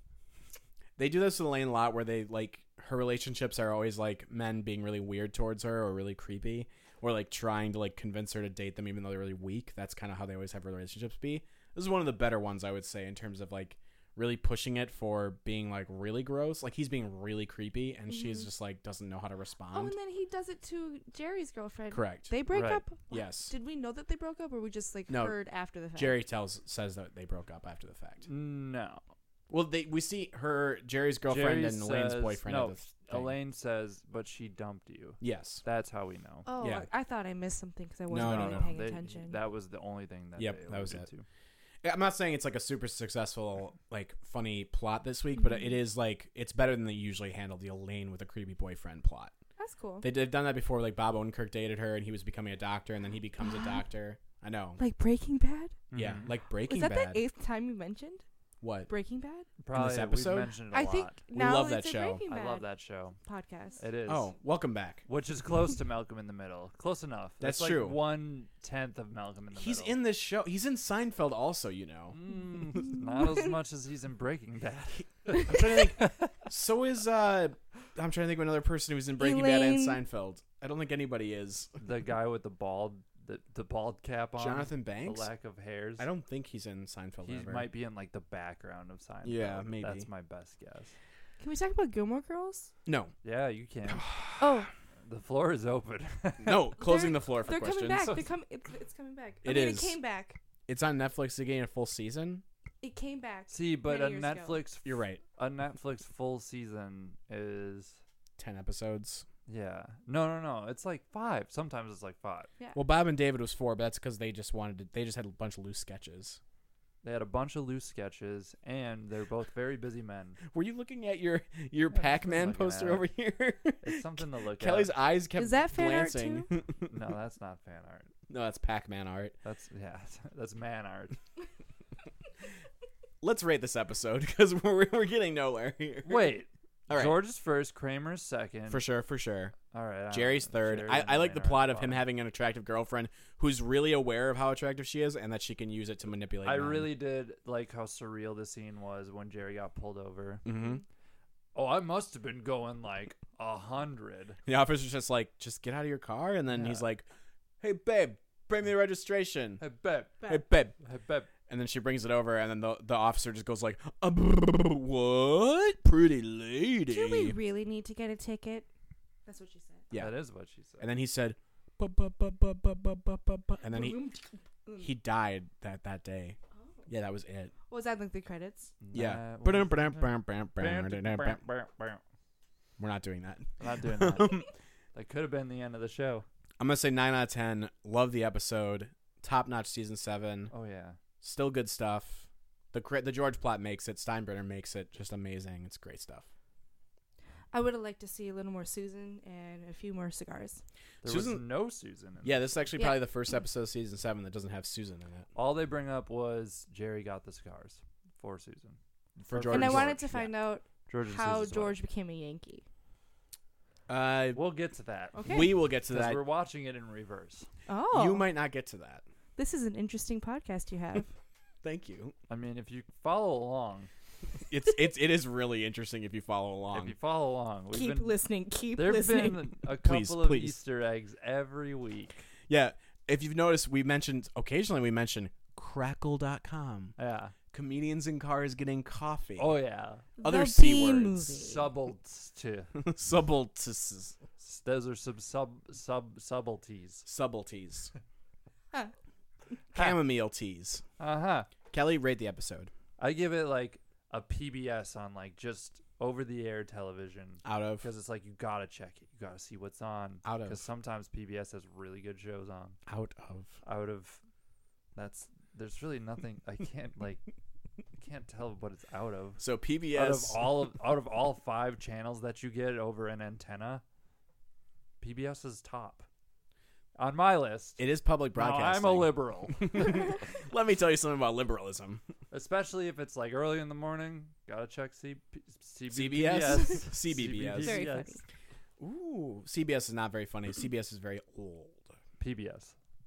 Speaker 3: They do this with Elaine a lot where they like her relationships are always like men being really weird towards her or really creepy or like trying to like convince her to date them even though they're really weak. That's kind of how they always have relationships be. This is one of the better ones I would say in terms of like really pushing it for being like really gross. Like he's being really creepy and she's just like doesn't know how to
Speaker 5: Mm-hmm. Oh,
Speaker 3: respond.
Speaker 5: and then he does it to Jerry's girlfriend.
Speaker 3: Correct.
Speaker 5: They break
Speaker 4: Right.
Speaker 5: up.
Speaker 3: Yes.
Speaker 5: Did we know that they broke up, or we just like
Speaker 3: No.
Speaker 5: heard after the fact?
Speaker 3: Jerry tells says that they broke up after the fact.
Speaker 4: No.
Speaker 3: Well, they we see her Jerry's girlfriend
Speaker 4: Jerry
Speaker 3: and Elaine's
Speaker 4: says-
Speaker 3: boyfriend.
Speaker 4: No,
Speaker 3: at this thing.
Speaker 4: Elaine says, but she dumped you.
Speaker 3: Yes.
Speaker 4: That's how we know.
Speaker 5: Oh,
Speaker 3: Yeah.
Speaker 5: I thought I missed something because I
Speaker 3: No,
Speaker 5: wasn't
Speaker 3: no,
Speaker 5: really
Speaker 3: no.
Speaker 5: paying
Speaker 4: They-
Speaker 5: attention.
Speaker 4: That was the only thing that.
Speaker 3: Yep,
Speaker 4: they
Speaker 3: that was
Speaker 4: alluded
Speaker 3: it.
Speaker 4: to.
Speaker 3: I'm not saying it's like a super successful, like funny plot this week, but
Speaker 5: Mm-hmm.
Speaker 3: it is like it's better than they usually handle the Elaine with a creepy boyfriend plot.
Speaker 5: That's cool.
Speaker 3: They, they've done that before. Like Bob Odenkirk dated her, and he was becoming a doctor, and then he becomes a doctor. I know.
Speaker 5: like Breaking Bad.
Speaker 3: yeah,
Speaker 4: Mhm.
Speaker 3: like Breaking
Speaker 5: was that
Speaker 3: Bad.
Speaker 5: the eighth time you mentioned
Speaker 3: what?
Speaker 5: Breaking Bad?
Speaker 4: Probably we've
Speaker 3: episode?
Speaker 4: mentioned it a
Speaker 5: I
Speaker 4: lot.
Speaker 5: think
Speaker 3: We
Speaker 5: now
Speaker 3: love
Speaker 5: it's
Speaker 3: that
Speaker 5: a
Speaker 3: show.
Speaker 5: Breaking
Speaker 4: I
Speaker 5: Bad
Speaker 4: love that show.
Speaker 5: podcast.
Speaker 4: It is.
Speaker 3: Oh, welcome back.
Speaker 4: Which is close to Malcolm in the Middle. Close enough.
Speaker 3: That's
Speaker 4: like
Speaker 3: true.
Speaker 4: One tenth of Malcolm in the
Speaker 3: He's in
Speaker 4: Middle. Mm.
Speaker 3: this show. He's in Seinfeld, also. You know.
Speaker 4: in. not as much as he's in Breaking Bad.
Speaker 3: I'm trying to think. so is uh, I'm trying to think of another person who's in Breaking
Speaker 5: Elaine.
Speaker 3: Bad and Seinfeld. I don't think anybody is.
Speaker 4: the guy with the bald, the, the bald cap on.
Speaker 3: Jonathan Banks?
Speaker 4: The lack of hairs.
Speaker 3: I don't think he's in Seinfeld.
Speaker 4: He
Speaker 3: ever.
Speaker 4: might be in like the background of Seinfeld.
Speaker 3: Yeah, maybe.
Speaker 4: That's my best guess.
Speaker 5: Can we talk about Gilmore Girls?
Speaker 3: No,
Speaker 4: Yeah, you can.
Speaker 5: Oh,
Speaker 4: the floor is open.
Speaker 3: no. Closing
Speaker 5: They're-
Speaker 3: the floor for
Speaker 5: they're
Speaker 3: questions.
Speaker 5: coming back. They're com- it's, it's coming back. I
Speaker 3: It
Speaker 5: mean,
Speaker 3: is.
Speaker 5: It came back.
Speaker 3: It's on Netflix again, a full season.
Speaker 5: It came back.
Speaker 4: See, but
Speaker 5: many
Speaker 4: a
Speaker 5: years ago.
Speaker 4: Netflix,
Speaker 3: You're right.
Speaker 4: a Netflix full season is
Speaker 3: Ten episodes.
Speaker 4: yeah. No, no, no. It's like five. Sometimes it's like five.
Speaker 3: Well, Bob and David was four, but that's because they just wanted to. They just had a bunch of loose sketches.
Speaker 4: They had a bunch of loose sketches, and they're both very busy men.
Speaker 3: Were you looking at your your
Speaker 4: just
Speaker 3: Pac-Man
Speaker 4: looking at
Speaker 3: poster
Speaker 4: it.
Speaker 3: over here?
Speaker 4: It's something to look
Speaker 3: Kelly's
Speaker 4: at.
Speaker 3: eyes kept
Speaker 5: Is that fan art,
Speaker 3: glancing.
Speaker 4: No, that's not fan art.
Speaker 3: no, that's Pac-Man art.
Speaker 4: That's yeah. That's man art.
Speaker 3: Let's rate this episode because we're we're getting nowhere here.
Speaker 4: Wait.
Speaker 3: All right.
Speaker 4: George is first. Kramer's second.
Speaker 3: For sure, for sure.
Speaker 4: All right. I don't
Speaker 3: Jerry's
Speaker 4: know.
Speaker 3: third.
Speaker 4: Jerry
Speaker 3: I,
Speaker 4: and
Speaker 3: I like the
Speaker 4: Kramer are
Speaker 3: plot of him
Speaker 4: bottom.
Speaker 3: having an attractive girlfriend who's really aware of how attractive she is and that she can use it to manipulate.
Speaker 4: I
Speaker 3: men.
Speaker 4: really did like how surreal the scene was when Jerry got pulled over.
Speaker 3: Mhm.
Speaker 4: Oh, I must have been going like a hundred.
Speaker 3: The officer's just like, just get out of your car, and then he's like, "Hey, babe, bring me the registration."
Speaker 4: I bet.
Speaker 3: Hey, babe.
Speaker 4: I bet.
Speaker 3: And then she brings it over, and then the the officer just goes like, "Uh, "What, pretty
Speaker 5: Do we
Speaker 3: lady?"
Speaker 5: really need to get a ticket? That's what she said.
Speaker 3: Yeah.
Speaker 4: That is what she said.
Speaker 3: And then he said, "Bu- bu- bu- bu- bu- bu- bu- bu- bu-" and then he he died that that day. Yeah, Oh. that was it.
Speaker 5: Was that like the credits?
Speaker 3: Yeah.
Speaker 4: That was-
Speaker 3: We're not doing that.
Speaker 4: I'm not doing that. that could have been the end of the show.
Speaker 3: I'm gonna say nine out of ten. Love the episode. Top notch season seven.
Speaker 4: Oh yeah.
Speaker 3: Still good stuff. The cri- the George plot makes it. Steinbrenner makes it. Just amazing. It's great stuff.
Speaker 5: I would have liked to see a little more Susan and a few more cigars.
Speaker 4: There was
Speaker 3: Susan-
Speaker 4: no Susan. In
Speaker 3: Yeah, this is actually
Speaker 5: Yeah.
Speaker 3: probably the first episode of season seven that doesn't have Susan in it.
Speaker 4: All they bring up was Jerry got the scars for Susan.
Speaker 3: For
Speaker 4: And
Speaker 3: George,
Speaker 5: and I
Speaker 4: George,
Speaker 5: wanted to
Speaker 3: yeah.
Speaker 5: find out
Speaker 4: George. and
Speaker 5: how
Speaker 4: Susan's
Speaker 5: George became a Yankee.
Speaker 3: Uh,
Speaker 4: wife. We'll get to that.
Speaker 5: Okay.
Speaker 3: We will get to
Speaker 4: Because
Speaker 3: that.
Speaker 4: we're watching it in reverse.
Speaker 5: Oh,
Speaker 3: You might not get to that.
Speaker 5: This is an interesting podcast you have.
Speaker 3: Thank you.
Speaker 4: I mean, if you follow along,
Speaker 3: It's it's it is really interesting if you follow
Speaker 4: if
Speaker 3: along.
Speaker 4: you follow along, we've
Speaker 5: keep
Speaker 4: been
Speaker 5: listening. Keep
Speaker 4: There have
Speaker 5: listening.
Speaker 4: been a couple
Speaker 3: Please,
Speaker 4: of
Speaker 3: please.
Speaker 4: Easter eggs every week.
Speaker 3: yeah, if you've noticed, we mentioned occasionally we mention crackle.com.
Speaker 4: Yeah.
Speaker 3: Comedians in cars getting coffee.
Speaker 4: Oh yeah.
Speaker 3: Other
Speaker 5: The
Speaker 3: C
Speaker 5: Bee
Speaker 3: words.
Speaker 5: Movie.
Speaker 4: Subbles too.
Speaker 3: Subaltices.
Speaker 4: s- those are some sub sub subtleties.
Speaker 3: Subtleties.
Speaker 5: Huh.
Speaker 3: Chamomile teas.
Speaker 4: Uh huh.
Speaker 3: Kelly, rate the episode
Speaker 4: I give it like a PBS on like just over the air television
Speaker 3: out of
Speaker 4: because it's like you gotta check it. You gotta see what's on.
Speaker 3: Out of.
Speaker 4: because sometimes PBS has really good shows on.
Speaker 3: out of
Speaker 4: Out of that's there's really nothing I can't like I can't tell what it's out of.
Speaker 3: So PBS
Speaker 4: Out of all of out of all five channels that you get over an antenna, PBS is top on my list.
Speaker 3: it is public
Speaker 4: Now,
Speaker 3: broadcasting.
Speaker 4: I'm a liberal,
Speaker 3: Let me tell you something about liberalism.
Speaker 4: especially if it's like early in the morning. Gotta check C- C-
Speaker 3: CBS.
Speaker 4: CBS.
Speaker 3: CBBS.
Speaker 5: Very funny.
Speaker 3: Ooh, CBS is not very funny. CBS is very old.
Speaker 4: PBS.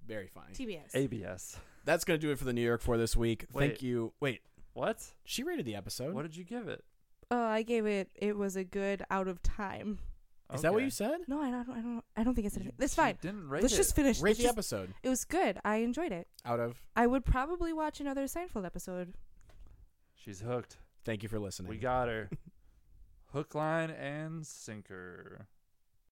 Speaker 3: Very funny.
Speaker 5: TBS.
Speaker 4: ABS.
Speaker 3: That's gonna do it for the New York for this week. Thank
Speaker 4: Wait.
Speaker 3: you. Wait,
Speaker 4: What?
Speaker 3: she rated the episode.
Speaker 4: What did you give it?
Speaker 5: oh, I gave it. It was a good out of time.
Speaker 3: Is that what
Speaker 4: Okay.
Speaker 3: you said?
Speaker 5: No, I don't. I don't. I don't think it's.
Speaker 4: You-
Speaker 5: anything. That's
Speaker 4: you
Speaker 5: fine.
Speaker 4: Didn't rate
Speaker 5: Let's
Speaker 4: it.
Speaker 5: just finish.
Speaker 3: Rate
Speaker 5: Let's
Speaker 3: the
Speaker 5: just-
Speaker 3: episode
Speaker 5: It was good. I enjoyed it.
Speaker 3: out of.
Speaker 5: I would probably watch another Seinfeld episode.
Speaker 4: She's hooked.
Speaker 3: Thank you for listening.
Speaker 4: We got her. Hook, line, and sinker.